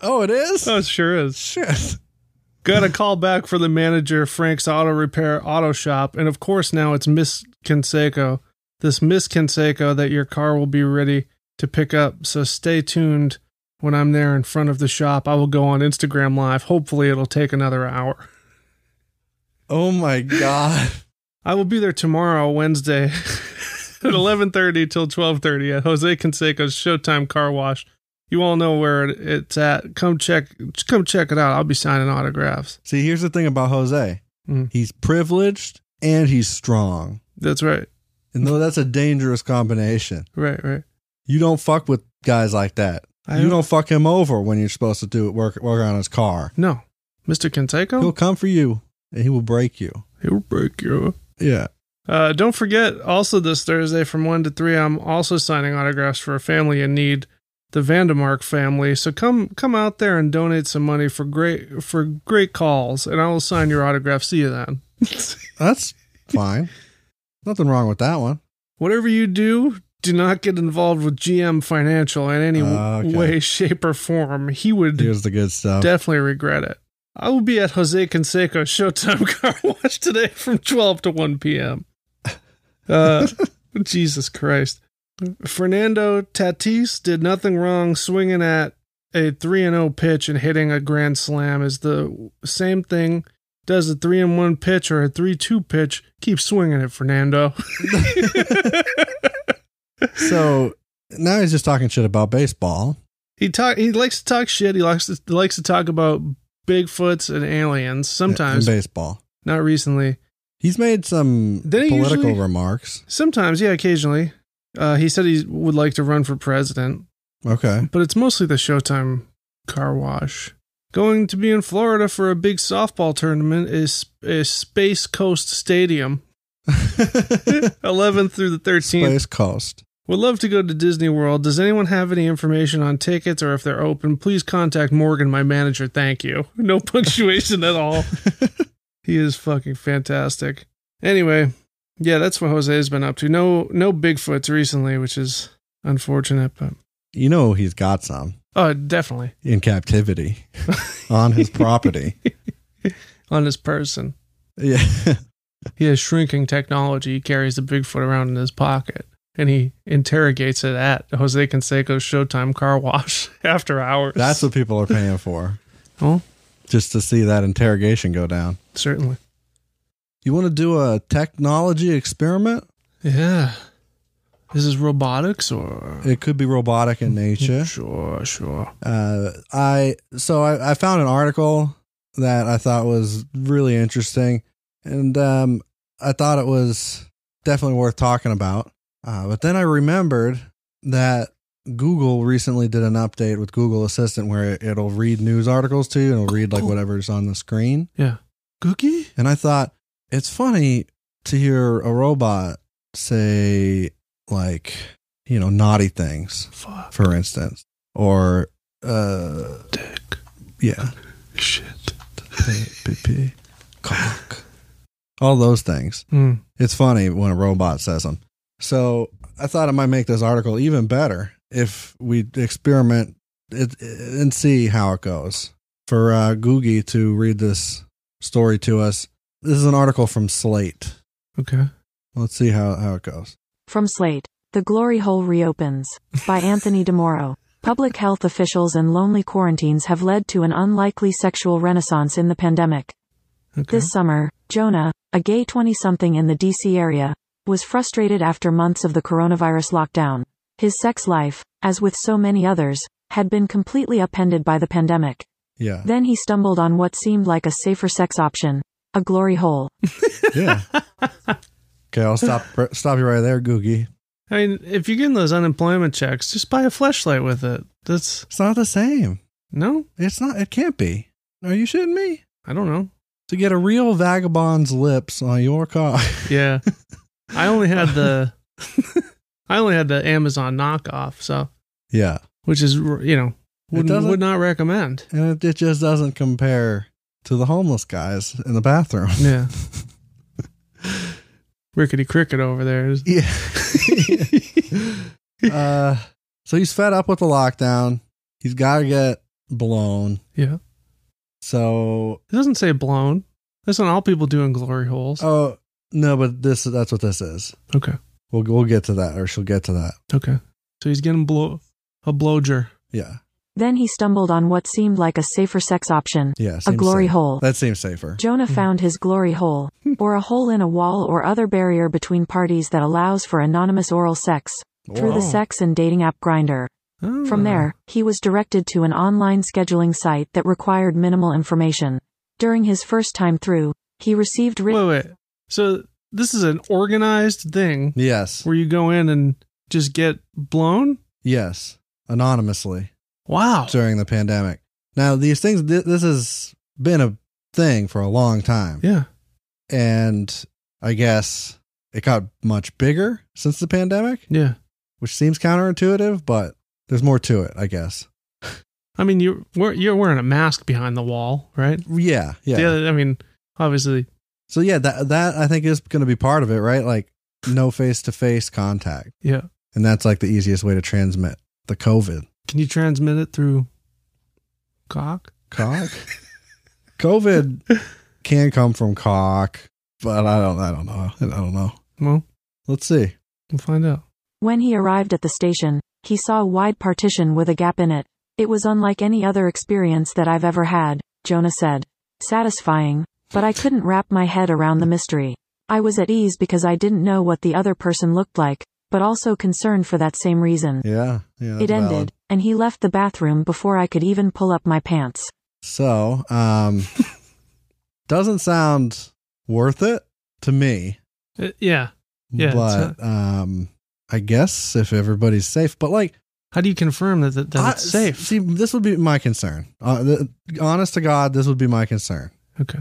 [SPEAKER 1] Oh, it is?
[SPEAKER 2] Oh, it sure is.
[SPEAKER 1] shit.
[SPEAKER 2] Got a call back for the manager, Frank's Auto Repair Auto Shop, and of course now it's Miss Canseco. This Miss Canseco that your car will be ready to pick up. So stay tuned when I'm there in front of the shop. I will go on Instagram Live. Hopefully it'll take another hour.
[SPEAKER 1] Oh my God.
[SPEAKER 2] I will be there tomorrow, Wednesday, at 11:30 till 12:30 at Jose Canseco's Showtime Car Wash. You all know where it- it's at. Come check, come check it out. I'll be signing autographs.
[SPEAKER 1] See, here's the thing about Jose
[SPEAKER 2] Mm.
[SPEAKER 1] he's privileged and he's strong.
[SPEAKER 2] That's right,
[SPEAKER 1] And though that's a dangerous combination,
[SPEAKER 2] right, right.
[SPEAKER 1] you don't fuck with guys like that.
[SPEAKER 2] I
[SPEAKER 1] you
[SPEAKER 2] don't-
[SPEAKER 1] don't fuck him over when you're supposed to do it, work, work on his car.
[SPEAKER 2] No. Mr. Canseco?
[SPEAKER 1] He'll come for you and he will break you.
[SPEAKER 2] He'll break you.
[SPEAKER 1] Yeah.
[SPEAKER 2] Uh, don't forget, also this Thursday from 1 to 3, I'm also signing autographs for a family in need, the Vandemark family. So come come out there and donate some money for great for great calls, and I will sign your autograph. See you then.
[SPEAKER 1] That's fine. Nothing wrong with that one.
[SPEAKER 2] Whatever you do, do not get involved with GM Financial in any
[SPEAKER 1] Ah, okay.
[SPEAKER 2] way, shape, or form. He would
[SPEAKER 1] Here's the good stuff.
[SPEAKER 2] definitely regret it. I will be at Jose Canseco's Showtime Car Wash today from 12 to 1 p.m. Uh, Jesus Christ. Fernando Tatis did nothing wrong swinging at a 3 and 0 pitch and hitting a grand slam is the same thing does a 3 and 1 pitch or a 3 2 pitch keep swinging it Fernando
[SPEAKER 1] so now he's just talking shit about baseball.
[SPEAKER 2] he talk he likes to talk shit he likes to, likes to talk about bigfoots and aliens sometimes
[SPEAKER 1] in baseball.
[SPEAKER 2] not recently
[SPEAKER 1] He's made some
[SPEAKER 2] Didn't he
[SPEAKER 1] political
[SPEAKER 2] usually-
[SPEAKER 1] remarks.
[SPEAKER 2] Sometimes, yeah, occasionally. Uh, he said he would like to run for president,
[SPEAKER 1] Okay.
[SPEAKER 2] but it's mostly the Showtime car wash. Going to be in Florida for a big softball tournament is, is Space Coast Stadium, 11th through the 13th.
[SPEAKER 1] Space Coast.
[SPEAKER 2] Would love to go to Disney World. Does anyone have any information on tickets or if they're open? Please contact Morgan, my manager. Thank you. No punctuation at all. he is fucking fantastic. Anyway, yeah, that's what Jose's been up to. No, no Bigfoots recently, which is unfortunate, but
[SPEAKER 1] You know he's got some
[SPEAKER 2] oh, definitely
[SPEAKER 1] in captivity on his property.
[SPEAKER 2] on his person.
[SPEAKER 1] Yeah.
[SPEAKER 2] He has shrinking technology. He carries the Bigfoot around in his pocket. and he interrogates it at Jose Canseco's Showtime Car Wash after hours.
[SPEAKER 1] That's what people are paying for,
[SPEAKER 2] oh,
[SPEAKER 1] just to see that interrogation go down.
[SPEAKER 2] certainly.
[SPEAKER 1] You want to do a technology experiment?
[SPEAKER 2] Yeah, this is robotics or
[SPEAKER 1] It could be robotic in nature.
[SPEAKER 2] sure, sure.
[SPEAKER 1] Uh, I so I, I found an article that I thought was really interesting, and um, I thought it was definitely worth talking about. Uh, but then I remembered that Google recently did an update with Google Assistant where it, it'll read news articles to you and it'll read like
[SPEAKER 2] Cool.
[SPEAKER 1] whatever's on the screen.
[SPEAKER 2] Cookie?
[SPEAKER 1] And I thought it's funny to hear a robot say like you know naughty things,
[SPEAKER 2] Fuck.
[SPEAKER 1] for instance, or uh,
[SPEAKER 2] Dick.
[SPEAKER 1] yeah.
[SPEAKER 2] Shit.
[SPEAKER 1] pee, cock, all those things.
[SPEAKER 2] Mm.
[SPEAKER 1] It's funny when a robot says them. So I thought it might make this article even better if we experiment it, and see how it goes. For uh, Googie to read this story to us, this is an article from Slate.
[SPEAKER 2] Okay.
[SPEAKER 1] Let's see how, how it goes.
[SPEAKER 3] From Slate, The Glory Hole Reopens, by Anthony DeMoro. Public health officials and lonely quarantines have led to an unlikely sexual renaissance in the pandemic.
[SPEAKER 2] Okay.
[SPEAKER 3] This summer, Jonah, a gay 20 something in the DC area, was frustrated after months of the coronavirus lockdown. His sex life, as with so many others, had been completely upended by the pandemic.
[SPEAKER 1] Yeah.
[SPEAKER 3] Then he stumbled on what seemed like a safer sex option a glory hole.
[SPEAKER 1] Yeah. okay, I'll stop stop you right there, Googie.
[SPEAKER 2] I mean, if you're getting those unemployment checks, just buy a flashlight with it. That's
[SPEAKER 1] It's not the same.
[SPEAKER 2] no,
[SPEAKER 1] It's not it can't be. Are you shitting me?
[SPEAKER 2] I don't know.
[SPEAKER 1] to get a real vagabond's lips on your car.
[SPEAKER 2] Yeah, I only had the, I only had the Amazon knockoff, so
[SPEAKER 1] yeah,
[SPEAKER 2] which is you know would
[SPEAKER 1] doesn't-
[SPEAKER 2] would not recommend.
[SPEAKER 1] and it, it just doesn't compare to the homeless guys in the bathroom.
[SPEAKER 2] Yeah, rickety cricket over there. is-
[SPEAKER 1] Yeah. uh, so he's fed up with the lockdown. He's got to get blown.
[SPEAKER 2] Yeah,
[SPEAKER 1] So,
[SPEAKER 2] it doesn't say blown. That's not all people do in glory holes.
[SPEAKER 1] oh no, but this that's what this is.
[SPEAKER 2] Okay,
[SPEAKER 1] We'll we'll get to that, or she'll get to that.
[SPEAKER 2] okay. So he's getting blow a blowger.
[SPEAKER 1] Yeah,
[SPEAKER 3] Then he stumbled on what seemed like a safer sex option
[SPEAKER 1] yeah.
[SPEAKER 3] a
[SPEAKER 1] seems
[SPEAKER 3] glory
[SPEAKER 1] safe.
[SPEAKER 3] hole.
[SPEAKER 1] That seems safer.
[SPEAKER 3] Jonah found his glory hole, or a hole in a wall or other barrier between parties that allows for anonymous oral sex, through
[SPEAKER 1] Wow.
[SPEAKER 3] the sex and dating app Grinder.
[SPEAKER 2] Oh.
[SPEAKER 3] From there, he was directed to an online scheduling site that required minimal information. During his first time through, he received written
[SPEAKER 2] wait, wait. So this is an organized thing
[SPEAKER 1] Yes,
[SPEAKER 2] where you go in and just get blown.
[SPEAKER 1] yes. Anonymously.
[SPEAKER 2] Wow.
[SPEAKER 1] during the pandemic. Now, these things, th- this has been a thing for a long time.
[SPEAKER 2] Yeah.
[SPEAKER 1] And I guess it got much bigger since the pandemic,
[SPEAKER 2] Yeah.
[SPEAKER 1] which seems counterintuitive, but there's more to it, I guess.
[SPEAKER 2] I mean, you we're, you're wearing a mask behind the wall, right?
[SPEAKER 1] Yeah. Yeah.
[SPEAKER 2] The other, I mean, obviously,
[SPEAKER 1] So, yeah, that, that I think is going to be part of it, right? Like no face to face contact.
[SPEAKER 2] yeah.
[SPEAKER 1] And that's like the easiest way to transmit the COVID.
[SPEAKER 2] Can you transmit it through cock?
[SPEAKER 1] Cock? COVID can come from cock, but I don't, I don't know. I don't know.
[SPEAKER 2] Well,
[SPEAKER 1] Let's see.
[SPEAKER 2] we'll find out.
[SPEAKER 3] When he arrived at the station, he saw a wide partition with a gap in it. It was unlike any other experience that I've ever had, Jonah said. Satisfying, but I couldn't wrap my head around the mystery. I was at ease because I didn't know what the other person looked like, but also concerned for that same reason.
[SPEAKER 1] Yeah, yeah.
[SPEAKER 3] it
[SPEAKER 1] that's
[SPEAKER 3] ended,
[SPEAKER 1] valid.
[SPEAKER 3] and he left the bathroom before I could even pull up my pants.
[SPEAKER 1] So, um, doesn't sound worth it to me.
[SPEAKER 2] Uh, yeah. Yeah, it's
[SPEAKER 1] but um, I guess if everybody's safe, but like
[SPEAKER 2] How do you confirm that, that, that
[SPEAKER 1] I-
[SPEAKER 2] it's safe?
[SPEAKER 1] See, this would be my concern. Uh, th- honest to God, this would be my concern.
[SPEAKER 2] okay.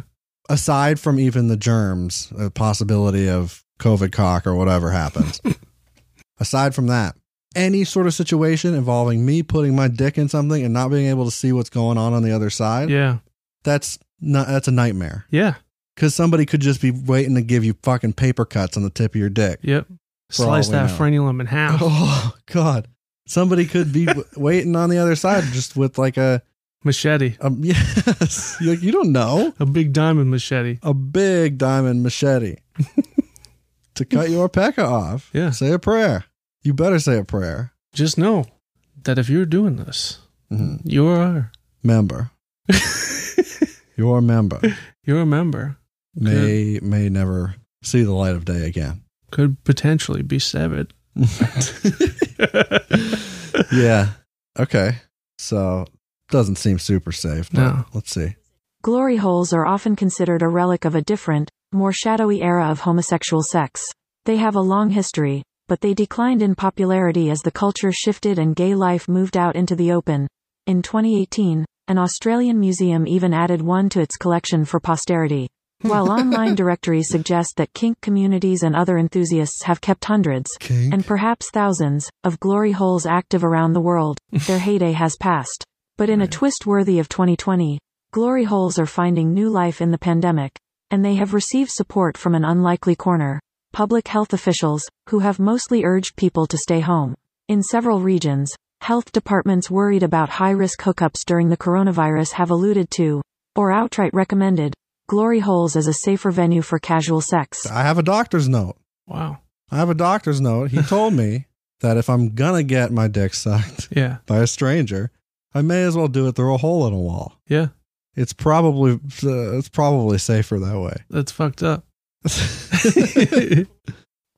[SPEAKER 1] Aside from even the germs, the possibility of COVID cock or whatever happens. aside from that. Any sort of situation involving me putting my dick in something and not being able to see what's going on on the other side,
[SPEAKER 2] Yeah.
[SPEAKER 1] that's not, that's a nightmare.
[SPEAKER 2] Yeah.
[SPEAKER 1] Because somebody could just be waiting to give you fucking paper cuts on the tip of your dick.
[SPEAKER 2] Yep.
[SPEAKER 1] all
[SPEAKER 2] Slice
[SPEAKER 1] we
[SPEAKER 2] that
[SPEAKER 1] know.
[SPEAKER 2] frenulum in half.
[SPEAKER 1] Oh God! Somebody could be w- waiting on the other side just with like a
[SPEAKER 2] Machete.
[SPEAKER 1] um, yes. You, you don't know
[SPEAKER 2] A big diamond machete.
[SPEAKER 1] a big diamond machete to cut your pecker off.
[SPEAKER 2] Yeah.
[SPEAKER 1] Say a prayer. You better say a prayer.
[SPEAKER 2] Just know that if you're doing this,
[SPEAKER 1] Mhm.
[SPEAKER 2] you're
[SPEAKER 1] Member. Your member
[SPEAKER 2] you're a member.
[SPEAKER 1] may may never see the light of day again.
[SPEAKER 2] Could potentially be severed.
[SPEAKER 1] yeah. Okay. So doesn't seem super safe. But
[SPEAKER 2] No.
[SPEAKER 1] Let's see.
[SPEAKER 3] Glory holes are often considered a relic of a different, more shadowy era of homosexual sex. They have a long history, but they declined in popularity as the culture shifted and gay life moved out into the open. In 2018, an Australian museum even added one to its collection for posterity. While online directories suggest that kink communities and other enthusiasts have kept hundreds,
[SPEAKER 1] Kink.
[SPEAKER 3] and perhaps thousands, of glory holes active around the world, their heyday has passed. But in a twist worthy of 2020, glory holes are finding new life in the pandemic, and they have received support from an unlikely corner public health officials, who have mostly urged people to stay home. In several regions, health departments worried about high risk hookups during the coronavirus have alluded to, or outright recommended, glory holes as a safer venue for casual sex.
[SPEAKER 1] I have a doctor's note.
[SPEAKER 2] Wow.
[SPEAKER 1] I have a doctor's note. He told me that if I'm gonna get my dick sucked
[SPEAKER 2] Yeah.
[SPEAKER 1] by a stranger, I may as well do it through a hole in a wall.
[SPEAKER 2] Yeah.
[SPEAKER 1] It's probably uh, it's probably safer that way.
[SPEAKER 2] That's fucked up.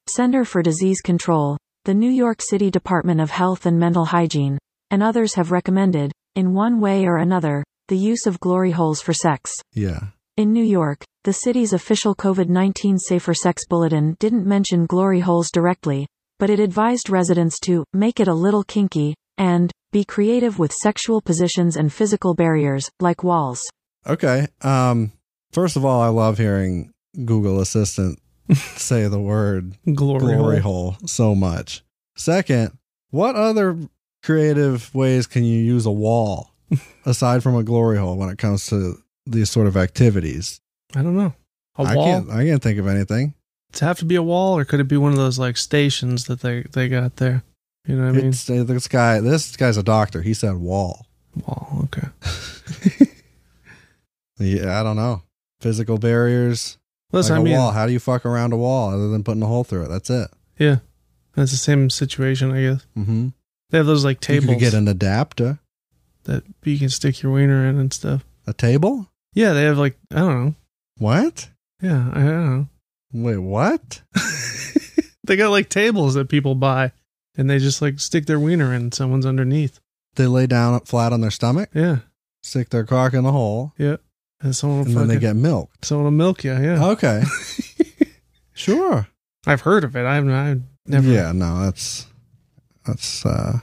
[SPEAKER 3] Center for Disease Control, the New York City Department of Health and Mental Hygiene, and others have recommended, in one way or another, the use of glory holes for sex.
[SPEAKER 1] yeah.
[SPEAKER 3] In New York, the city's official COVID 19 Safer Sex Bulletin didn't mention glory holes directly, but it advised residents to make it a little kinky and be creative with sexual positions and physical barriers, like walls.
[SPEAKER 1] Okay. Um first of all, I love hearing Google Assistant say the word
[SPEAKER 2] Glory,
[SPEAKER 1] glory
[SPEAKER 2] hole.
[SPEAKER 1] hole so much. Second, what other creative ways can you use a wall aside from a glory hole when it comes to these sort of activities?
[SPEAKER 2] I don't know. A
[SPEAKER 1] I
[SPEAKER 2] wall?
[SPEAKER 1] can't I can't think of anything.
[SPEAKER 2] Does it have to be a wall or could it be one of those like stations that they, they got there? You know what I mean?
[SPEAKER 1] It's- uh, this guy this guy's a doctor. He said wall.
[SPEAKER 2] Wall, okay.
[SPEAKER 1] Yeah, I don't know. Physical barriers.
[SPEAKER 2] Listen,
[SPEAKER 1] like
[SPEAKER 2] I
[SPEAKER 1] a
[SPEAKER 2] mean
[SPEAKER 1] wall. How do you fuck around a wall other than putting a hole through it? That's it.
[SPEAKER 2] Yeah. That's the same situation, I guess.
[SPEAKER 1] Mm-hmm.
[SPEAKER 2] They have those like
[SPEAKER 1] You
[SPEAKER 2] tables
[SPEAKER 1] could get an adapter.
[SPEAKER 2] that you can stick your wiener in and stuff.
[SPEAKER 1] A table?
[SPEAKER 2] Yeah, they have like I don't know.
[SPEAKER 1] What?
[SPEAKER 2] Yeah, I don't know.
[SPEAKER 1] Wait, what?
[SPEAKER 2] They got like tables that people buy and they just like stick their wiener in and someone's underneath.
[SPEAKER 1] They lay down flat on their stomach,
[SPEAKER 2] Yeah.
[SPEAKER 1] stick their cock in the hole,
[SPEAKER 2] Yeah. And someone will
[SPEAKER 1] and then
[SPEAKER 2] fucking,
[SPEAKER 1] they get Oh. milk.
[SPEAKER 2] someone will milk you, Oh, yeah.
[SPEAKER 1] Okay. sure.
[SPEAKER 2] I've heard of it. I've I've never
[SPEAKER 1] Yeah, no, that's that's uh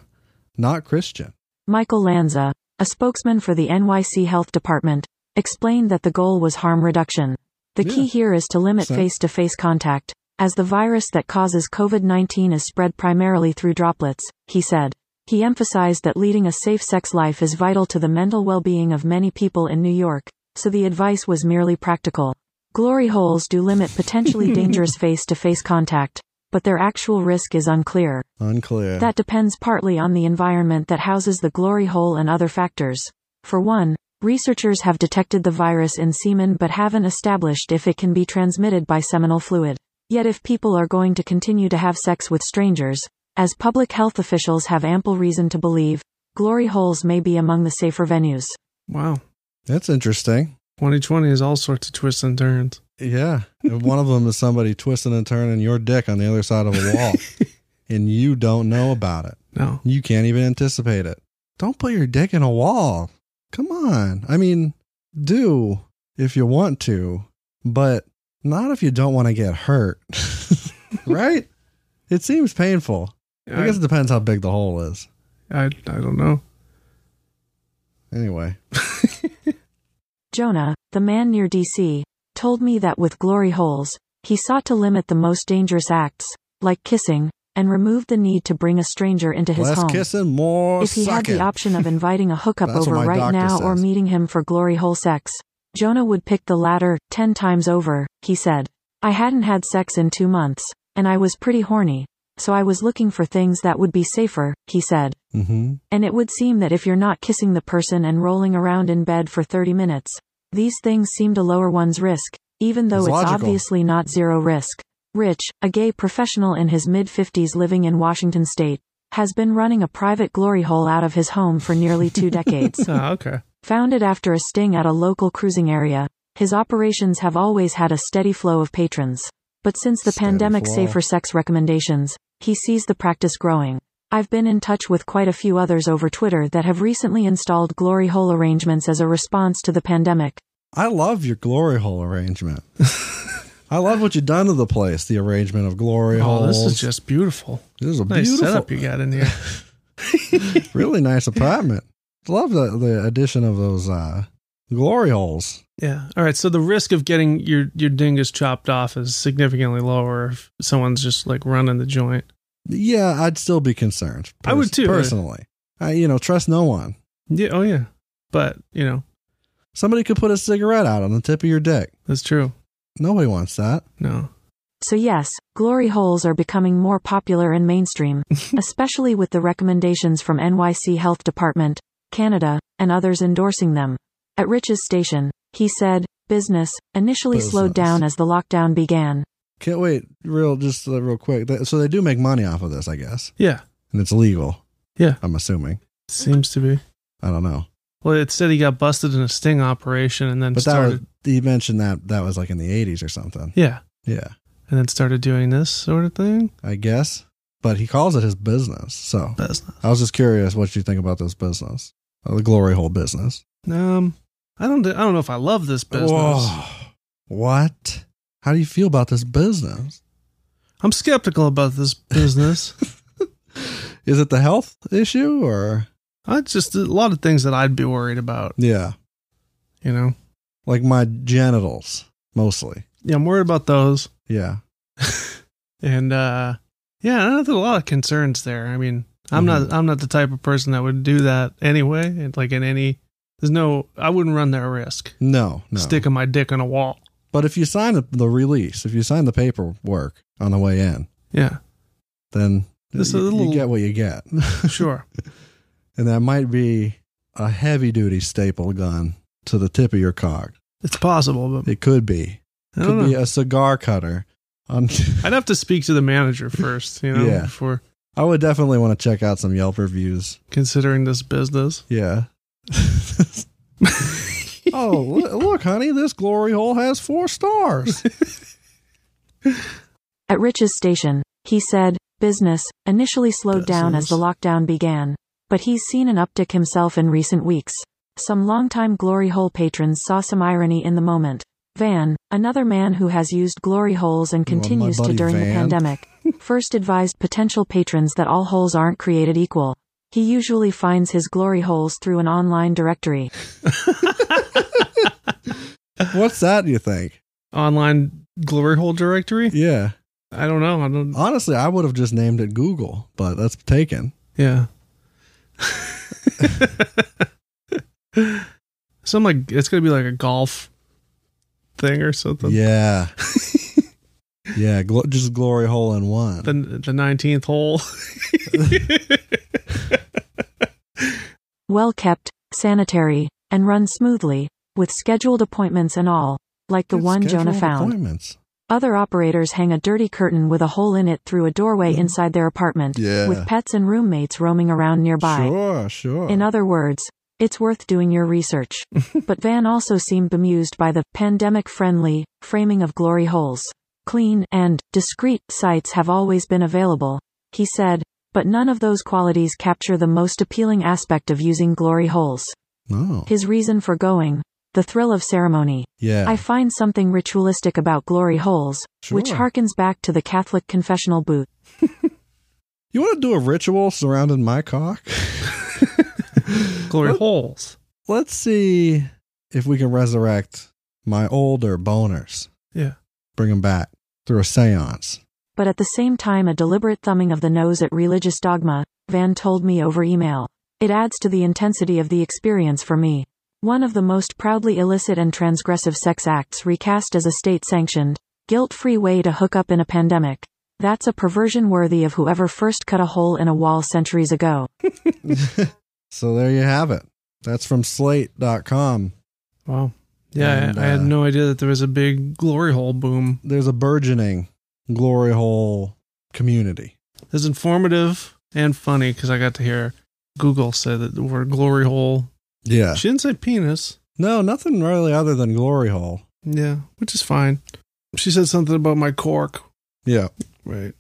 [SPEAKER 1] not Christian.
[SPEAKER 3] Michael Lanza, a spokesman for the NYC Health Department, explained that the goal was harm reduction. The key
[SPEAKER 1] Yeah.
[SPEAKER 3] here is to limit
[SPEAKER 1] So-
[SPEAKER 3] face to face contact, as the virus that causes COVID 19 is spread primarily through droplets, he said. He emphasized that leading a safe sex life is vital to the mental well being of many people in New York, so the advice was merely practical. Glory holes do limit potentially dangerous face to face contact, but their actual risk is unclear.
[SPEAKER 1] Unclear.
[SPEAKER 3] That depends partly on the environment that houses the glory hole and other factors. For one, researchers have detected the virus in semen but haven't established if it can be transmitted by seminal fluid. Yet if people are going to continue to have sex with strangers, as public health officials have ample reason to believe, glory holes may be among the safer venues.
[SPEAKER 2] Wow.
[SPEAKER 1] that's interesting.
[SPEAKER 2] 2020 is all sorts of twists and turns.
[SPEAKER 1] Yeah. And One of them is somebody twisting and turning your dick on the other side of a wall and you don't know about it.
[SPEAKER 2] No.
[SPEAKER 1] You can't even anticipate it. Don't put your dick in a wall. Come on. I mean, do if you want to, but not if you don't want to get hurt. right? It seems painful. I guess it depends how big the hole is.
[SPEAKER 2] I, I don't know.
[SPEAKER 1] Anyway,
[SPEAKER 3] Jonah, the man near DC, told me that with glory holes, he sought to limit the most dangerous acts, like kissing, and removed the need to bring a stranger into his
[SPEAKER 1] less
[SPEAKER 3] home.
[SPEAKER 1] kissing, more
[SPEAKER 3] if he had
[SPEAKER 1] sucking.
[SPEAKER 3] the option of inviting a hookup
[SPEAKER 1] That's what
[SPEAKER 3] over
[SPEAKER 1] my
[SPEAKER 3] right
[SPEAKER 1] doctor
[SPEAKER 3] now or
[SPEAKER 1] says.
[SPEAKER 3] meeting him for glory hole sex, Jonah would pick the latter, ten times over, he said. I hadn't had sex in two months, and I was pretty horny, so I was looking for things that would be safer, he said.
[SPEAKER 1] hmm
[SPEAKER 3] And it would seem that if you're not kissing the person and rolling around in bed for 30 minutes, these things seem to lower one's risk, even though
[SPEAKER 1] It's
[SPEAKER 3] it's
[SPEAKER 1] logical.
[SPEAKER 3] obviously not zero risk. Rich, a gay professional in his mid 50s living in Washington state, has been running a private glory hole out of his home for nearly two decades.
[SPEAKER 2] Oh, okay.
[SPEAKER 3] Founded after a sting at a local cruising area, his operations have always had a steady flow of patrons. But since the
[SPEAKER 1] Steady
[SPEAKER 3] pandemic
[SPEAKER 1] flow.
[SPEAKER 3] safer sex recommendations, he sees the practice growing. I've been in touch with quite a few others over Twitter that have recently installed glory hole arrangements as a response to the pandemic.
[SPEAKER 1] I love your glory hole arrangement. I love what you've done to the place, the arrangement of glory
[SPEAKER 2] Oh,
[SPEAKER 1] holes.
[SPEAKER 2] this is just beautiful.
[SPEAKER 1] This is a
[SPEAKER 2] Nice
[SPEAKER 1] beautiful,
[SPEAKER 2] setup you got in here.
[SPEAKER 1] really nice apartment. Love the, the addition of those uh, glory holes.
[SPEAKER 2] Yeah. All right. So the risk of getting your your dingus chopped off is significantly lower if someone's just like running the joint.
[SPEAKER 1] Yeah, I'd still be concerned.
[SPEAKER 2] I would too.
[SPEAKER 1] Personally. I, you know, trust no one.
[SPEAKER 2] Yeah. Oh yeah. But you know
[SPEAKER 1] Somebody could put a cigarette out on the tip of your dick.
[SPEAKER 2] that's true.
[SPEAKER 1] Nobody wants that.
[SPEAKER 2] No.
[SPEAKER 3] So yes, glory holes are becoming more popular and mainstream, especially with the recommendations from NYC Health Department, Canada, and others endorsing them. At Rich's station, he said, business initially slowed
[SPEAKER 1] Business.
[SPEAKER 3] down as the lockdown began.
[SPEAKER 1] Can't wait. Real, just uh, real quick. Th- So they do make money off of this, I guess,
[SPEAKER 2] Yeah.
[SPEAKER 1] and it's legal.
[SPEAKER 2] Yeah.
[SPEAKER 1] I'm assuming.
[SPEAKER 2] Seems to be.
[SPEAKER 1] I don't know,
[SPEAKER 2] Well, it said he got busted in a sting operation and then
[SPEAKER 1] but that
[SPEAKER 2] started.
[SPEAKER 1] was you mentioned that that was like in the 80s or something.
[SPEAKER 2] yeah.
[SPEAKER 1] Yeah,
[SPEAKER 2] And then started doing this sort of thing.
[SPEAKER 1] I guess. But he calls it his business. So
[SPEAKER 2] That's
[SPEAKER 1] I was just curious what you think about this business, Uh, the glory hole business.
[SPEAKER 2] not, um. I don't. I don't know if I love this business.
[SPEAKER 1] Whoa. What? How do you feel about this business?
[SPEAKER 2] I'm skeptical about this business.
[SPEAKER 1] Is it the health issue or
[SPEAKER 2] I just a lot of things that I'd be worried about.
[SPEAKER 1] yeah,
[SPEAKER 2] You know.
[SPEAKER 1] like my genitals mostly?
[SPEAKER 2] Yeah, I'm worried about those.
[SPEAKER 1] Yeah.
[SPEAKER 2] and uh yeah i know there's a lot of concerns there i mean i'm
[SPEAKER 1] Mm-hmm.
[SPEAKER 2] not i'm not the type of person that would do that anyway and, like in any there's no i wouldn't run that risk
[SPEAKER 1] No, no.
[SPEAKER 2] sticking my dick on a wall
[SPEAKER 1] But if you sign the- the release, if you sign the paperwork on the way in,
[SPEAKER 2] yeah
[SPEAKER 1] then
[SPEAKER 2] This is a
[SPEAKER 1] you, you
[SPEAKER 2] little-
[SPEAKER 1] get what you get.
[SPEAKER 2] sure
[SPEAKER 1] and that might be a heavy duty staple gun to the tip of your cock.
[SPEAKER 2] it's possible but
[SPEAKER 1] It could be.
[SPEAKER 2] i
[SPEAKER 1] could
[SPEAKER 2] don't
[SPEAKER 1] be
[SPEAKER 2] know
[SPEAKER 1] a cigar cutter. Um, On,
[SPEAKER 2] i'd have to speak to the manager first you know
[SPEAKER 1] Yeah.
[SPEAKER 2] before
[SPEAKER 1] I would definitely want to check out some Yelp reviews.
[SPEAKER 2] considering this business
[SPEAKER 1] Yeah. oh, lo- look, honey, this glory hole has four stars.
[SPEAKER 3] At Rich's station, he said, business initially slowed down as the
[SPEAKER 2] Business.
[SPEAKER 3] lockdown began, but he's seen an uptick himself in recent weeks. Some longtime glory hole patrons saw some irony in the moment. Van, another man who has used glory holes and
[SPEAKER 1] Well, my
[SPEAKER 3] continues to
[SPEAKER 1] buddy
[SPEAKER 3] during the
[SPEAKER 1] Van.
[SPEAKER 3] pandemic, first advised potential patrons that all holes aren't created equal. He usually finds his glory holes through an online directory.
[SPEAKER 1] What's that, you think?
[SPEAKER 2] online glory hole directory
[SPEAKER 1] Yeah.
[SPEAKER 2] i don't know i don't
[SPEAKER 1] Honestly, I would have just named it Google, but that's taken.
[SPEAKER 2] Yeah. Some like it's gonna be like a golf thing or something.
[SPEAKER 1] Yeah. yeah, glo- just glory hole in one.
[SPEAKER 2] The the nineteenth hole.
[SPEAKER 3] well kept, sanitary, and run smoothly, with scheduled appointments and all, like the
[SPEAKER 1] It's
[SPEAKER 3] one Jonah
[SPEAKER 1] scheduled
[SPEAKER 3] found.
[SPEAKER 1] Appointments.
[SPEAKER 3] Other operators hang a dirty curtain with a hole in it through a doorway inside their apartment,
[SPEAKER 1] Mm. Yeah.
[SPEAKER 3] with pets and roommates roaming around nearby.
[SPEAKER 1] Sure, sure.
[SPEAKER 3] In other words, it's worth doing your research. but Van also seemed bemused by the pandemic friendly framing of glory holes. Clean and discreet sites have always been available, he said, but none of those qualities capture the most appealing aspect of using glory holes.
[SPEAKER 1] no.
[SPEAKER 3] His reason for going, the thrill of ceremony.
[SPEAKER 1] Yeah.
[SPEAKER 3] I find something ritualistic about glory holes, which
[SPEAKER 1] Sure.
[SPEAKER 3] harkens back to the Catholic confessional booth.
[SPEAKER 1] you want to do a ritual surrounding my cock?
[SPEAKER 2] Glory holes.
[SPEAKER 1] Let's see if we can resurrect my older boners.
[SPEAKER 2] Yeah.
[SPEAKER 1] Bring them back through a seance.
[SPEAKER 3] but at the same time a deliberate thumbing of the nose at religious dogma, Van told me over email. It adds to the intensity of the experience for me. One of the most proudly illicit and transgressive sex acts recast as a state sanctioned, guilt free way to hook up in a pandemic. That's a perversion worthy of whoever first cut a hole in a wall centuries ago.
[SPEAKER 1] So there you have it. That's from slate.com.
[SPEAKER 2] Wow. Yeah,
[SPEAKER 1] And,
[SPEAKER 2] I, I had
[SPEAKER 1] uh,
[SPEAKER 2] no idea that there was a big glory hole boom.
[SPEAKER 1] There's a burgeoning glory hole community.
[SPEAKER 2] It was informative and funny because I got to hear Google say that the word glory hole.
[SPEAKER 1] Yeah.
[SPEAKER 2] She didn't say penis.
[SPEAKER 1] No, nothing really other than glory hole.
[SPEAKER 2] Yeah, which is fine. She said something about my cork.
[SPEAKER 1] Yeah.
[SPEAKER 2] Right.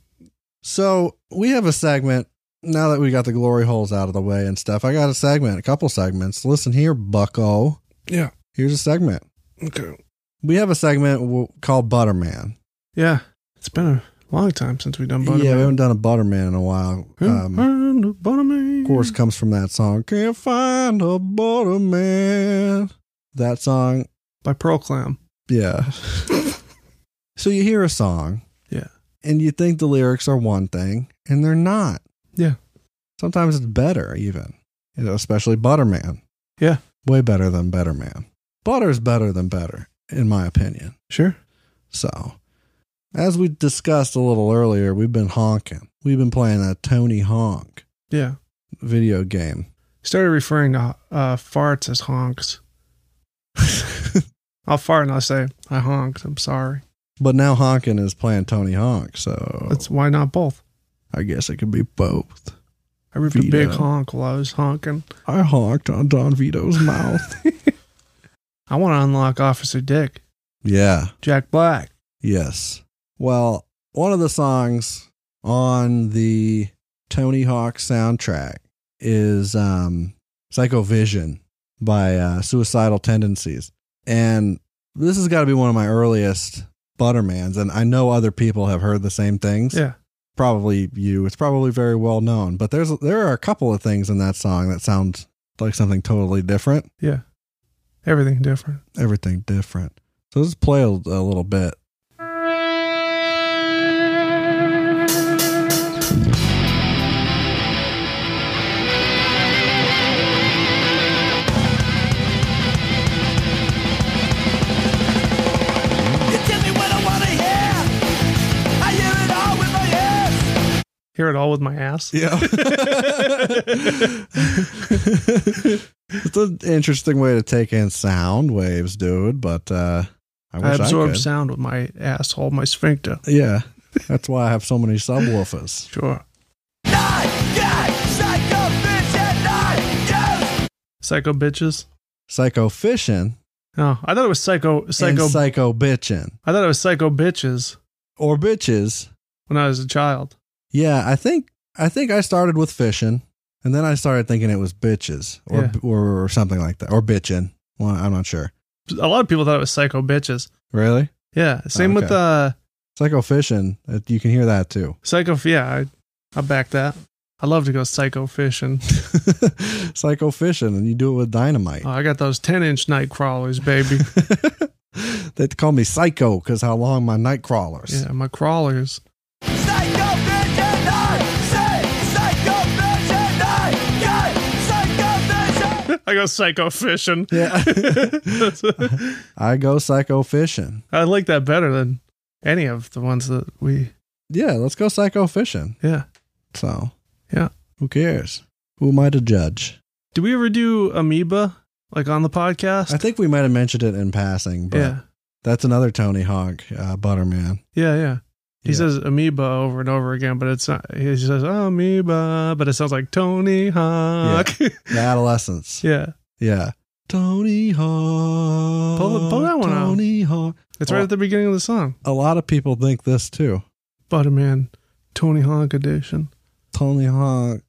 [SPEAKER 1] So we have a segment now that we got the glory holes out of the way and stuff. I got a segment, a couple segments. Listen here, Bucko.
[SPEAKER 2] Yeah.
[SPEAKER 1] Here's a segment.
[SPEAKER 2] Okay.
[SPEAKER 1] We have a segment w- called Butterman.
[SPEAKER 2] Yeah. It's been a long time since we've done Butterman.
[SPEAKER 1] Yeah, we haven't done a Butterman in a while. Um,
[SPEAKER 2] Can't find a Butterman.
[SPEAKER 1] of course, comes from that song. Can't find a Butterman. That song,
[SPEAKER 2] By Proclam.
[SPEAKER 1] yeah. so you hear a song,
[SPEAKER 2] Yeah.
[SPEAKER 1] and you think the lyrics are one thing, and they're not.
[SPEAKER 2] Yeah.
[SPEAKER 1] Sometimes it's better, even. You know, especially Butterman.
[SPEAKER 2] Yeah.
[SPEAKER 1] Way better than Betterman. Butter's better than better, in my opinion.
[SPEAKER 2] Sure.
[SPEAKER 1] So, as we discussed a little earlier, we've been honking. We've been playing that Tony Honk
[SPEAKER 2] Yeah.
[SPEAKER 1] video game.
[SPEAKER 2] Started referring to uh, farts as honks. I'll fart and I'll say, I honked. I'm sorry.
[SPEAKER 1] But now honking is playing Tony Honk, so
[SPEAKER 2] That's why not both.
[SPEAKER 1] I guess it could be both.
[SPEAKER 2] I ripped a
[SPEAKER 1] Vito.
[SPEAKER 2] big honk while I was honking.
[SPEAKER 1] I honked on Don Vito's mouth.
[SPEAKER 2] I want to unlock Officer Dick,
[SPEAKER 1] yeah.
[SPEAKER 2] Jack Black.
[SPEAKER 1] Yes. Well, one of the songs on the Tony Hawk soundtrack is um, Psycho Vision by uh, Suicidal Tendencies. And this has got to be one of my earliest Buttermans. And I know other people have heard the same things.
[SPEAKER 2] Yeah.
[SPEAKER 1] Probably you. It's probably very well known. But there's there are a couple of things in that song that sound like something totally different.
[SPEAKER 2] Yeah. Everything different.
[SPEAKER 1] Everything different. So let's play a, a little bit.
[SPEAKER 4] You tell me what I wanna hear. I hear it all with my ears.
[SPEAKER 2] Hear it all with my ass.
[SPEAKER 1] Yeah. it's an interesting way to take in sound waves, dude, but uh I
[SPEAKER 2] I
[SPEAKER 1] wish I,
[SPEAKER 2] absorb
[SPEAKER 1] could.
[SPEAKER 2] sound with my asshole, my sphincter.
[SPEAKER 1] Yeah. That's why I have so many subwoofers.
[SPEAKER 2] Sure.
[SPEAKER 4] Night, yeah, psycho bitch at night, yes.
[SPEAKER 2] Psycho bitches.
[SPEAKER 1] Psycho fishing
[SPEAKER 2] No, I thought it was psycho psycho.
[SPEAKER 1] and psycho bitching
[SPEAKER 2] I thought it was psycho bitches
[SPEAKER 1] or bitches.
[SPEAKER 2] when I was a child.
[SPEAKER 1] Yeah, I think I think I started with fishing and then I started thinking it was bitches or
[SPEAKER 2] Yeah.
[SPEAKER 1] or, or something like that or bitching. Well, I'm not sure.
[SPEAKER 2] A lot of people thought it was psycho bitches.
[SPEAKER 1] Really?
[SPEAKER 2] Yeah. Same with
[SPEAKER 1] Oh, okay.
[SPEAKER 2] uh,
[SPEAKER 1] Psycho fishing, uh, you can hear that too.
[SPEAKER 2] psycho. Yeah, I, I back that. I love to go psycho fishing.
[SPEAKER 1] Psycho fishing and you do it with dynamite.
[SPEAKER 2] Oh, I got those ten inch night crawlers, baby.
[SPEAKER 1] they call me psycho because how long my night crawlers.
[SPEAKER 2] yeah, my crawlers.
[SPEAKER 4] Psycho bitch at night, say psycho bitch at night, yeah, psycho bitch at
[SPEAKER 2] I go psycho fishing.
[SPEAKER 1] Yeah.
[SPEAKER 2] I
[SPEAKER 1] I go psycho fishing.
[SPEAKER 2] like that better than any of the ones that we.
[SPEAKER 1] Yeah, let's go psycho fishing.
[SPEAKER 2] Yeah.
[SPEAKER 1] So,
[SPEAKER 2] Yeah.
[SPEAKER 1] who cares? Who am I to judge?
[SPEAKER 2] Do we ever do amoeba like on the podcast?
[SPEAKER 1] I think we might have mentioned it in passing, but
[SPEAKER 2] yeah.
[SPEAKER 1] that's another Tony Hawk, uh, Butterman.
[SPEAKER 2] Yeah, yeah. He
[SPEAKER 1] Yeah.
[SPEAKER 2] says amoeba over and over again, but it's not. He says amoeba, but it sounds like Tony Hawk. Yeah.
[SPEAKER 1] The adolescence. yeah. Tony Hawk.
[SPEAKER 2] Pull- pull that one out.
[SPEAKER 1] Tony Hawk.
[SPEAKER 2] It's right
[SPEAKER 1] Oh.
[SPEAKER 2] at the beginning of the song.
[SPEAKER 1] A lot of people think this too.
[SPEAKER 2] Butterman, Tony Hawk edition.
[SPEAKER 1] Tony Hawk.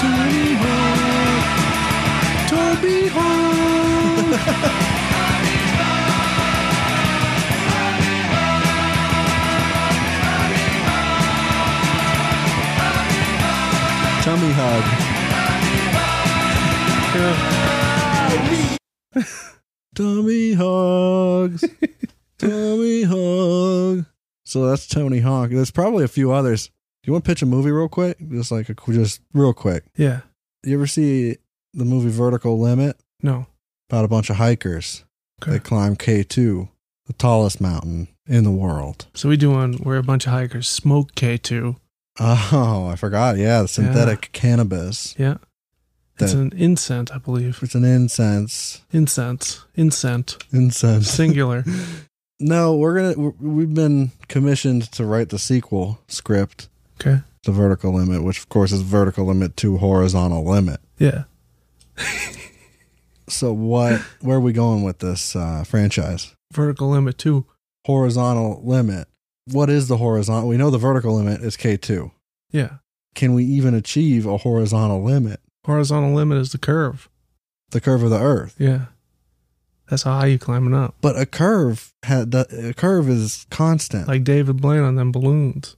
[SPEAKER 2] Tony Hawk. Toby Hawk.
[SPEAKER 1] Tummy hug.
[SPEAKER 2] yeah.
[SPEAKER 1] Tummy hugs. Tummy hug. So that's Tony Hawk. There's probably a few others. Do you want to pitch a movie real quick? Just like a qu- just real quick.
[SPEAKER 2] yeah.
[SPEAKER 1] You ever see the movie Vertical Limit
[SPEAKER 2] No.
[SPEAKER 1] about a bunch of hikers?
[SPEAKER 2] Okay.
[SPEAKER 1] They climb K2, the tallest mountain in the world.
[SPEAKER 2] So we doing. We're a bunch of hikers. Smoke K two.
[SPEAKER 1] Oh, I forgot. Yeah, the synthetic cannabis.
[SPEAKER 2] Yeah. It's
[SPEAKER 1] That-
[SPEAKER 2] an incense, I believe.
[SPEAKER 1] It's an incense.
[SPEAKER 2] Incense. Incense.
[SPEAKER 1] Incense.
[SPEAKER 2] Singular.
[SPEAKER 1] No, we're gonna. we we've been commissioned to write the sequel script,
[SPEAKER 2] Okay.
[SPEAKER 1] the vertical limit, which of course is vertical limit to horizontal limit.
[SPEAKER 2] Yeah.
[SPEAKER 1] So what? where are we going with this uh, franchise?
[SPEAKER 2] Vertical limit too.
[SPEAKER 1] Horizontal limit. What is the horizontal? We know the vertical limit is K two.
[SPEAKER 2] Yeah.
[SPEAKER 1] Can we even achieve a horizontal limit?
[SPEAKER 2] Horizontal limit is the curve.
[SPEAKER 1] The curve of the Earth,
[SPEAKER 2] Yeah. That's how high you climbing up.
[SPEAKER 1] but a curve had the a curve is constant.
[SPEAKER 2] Like David Blaine on them balloons.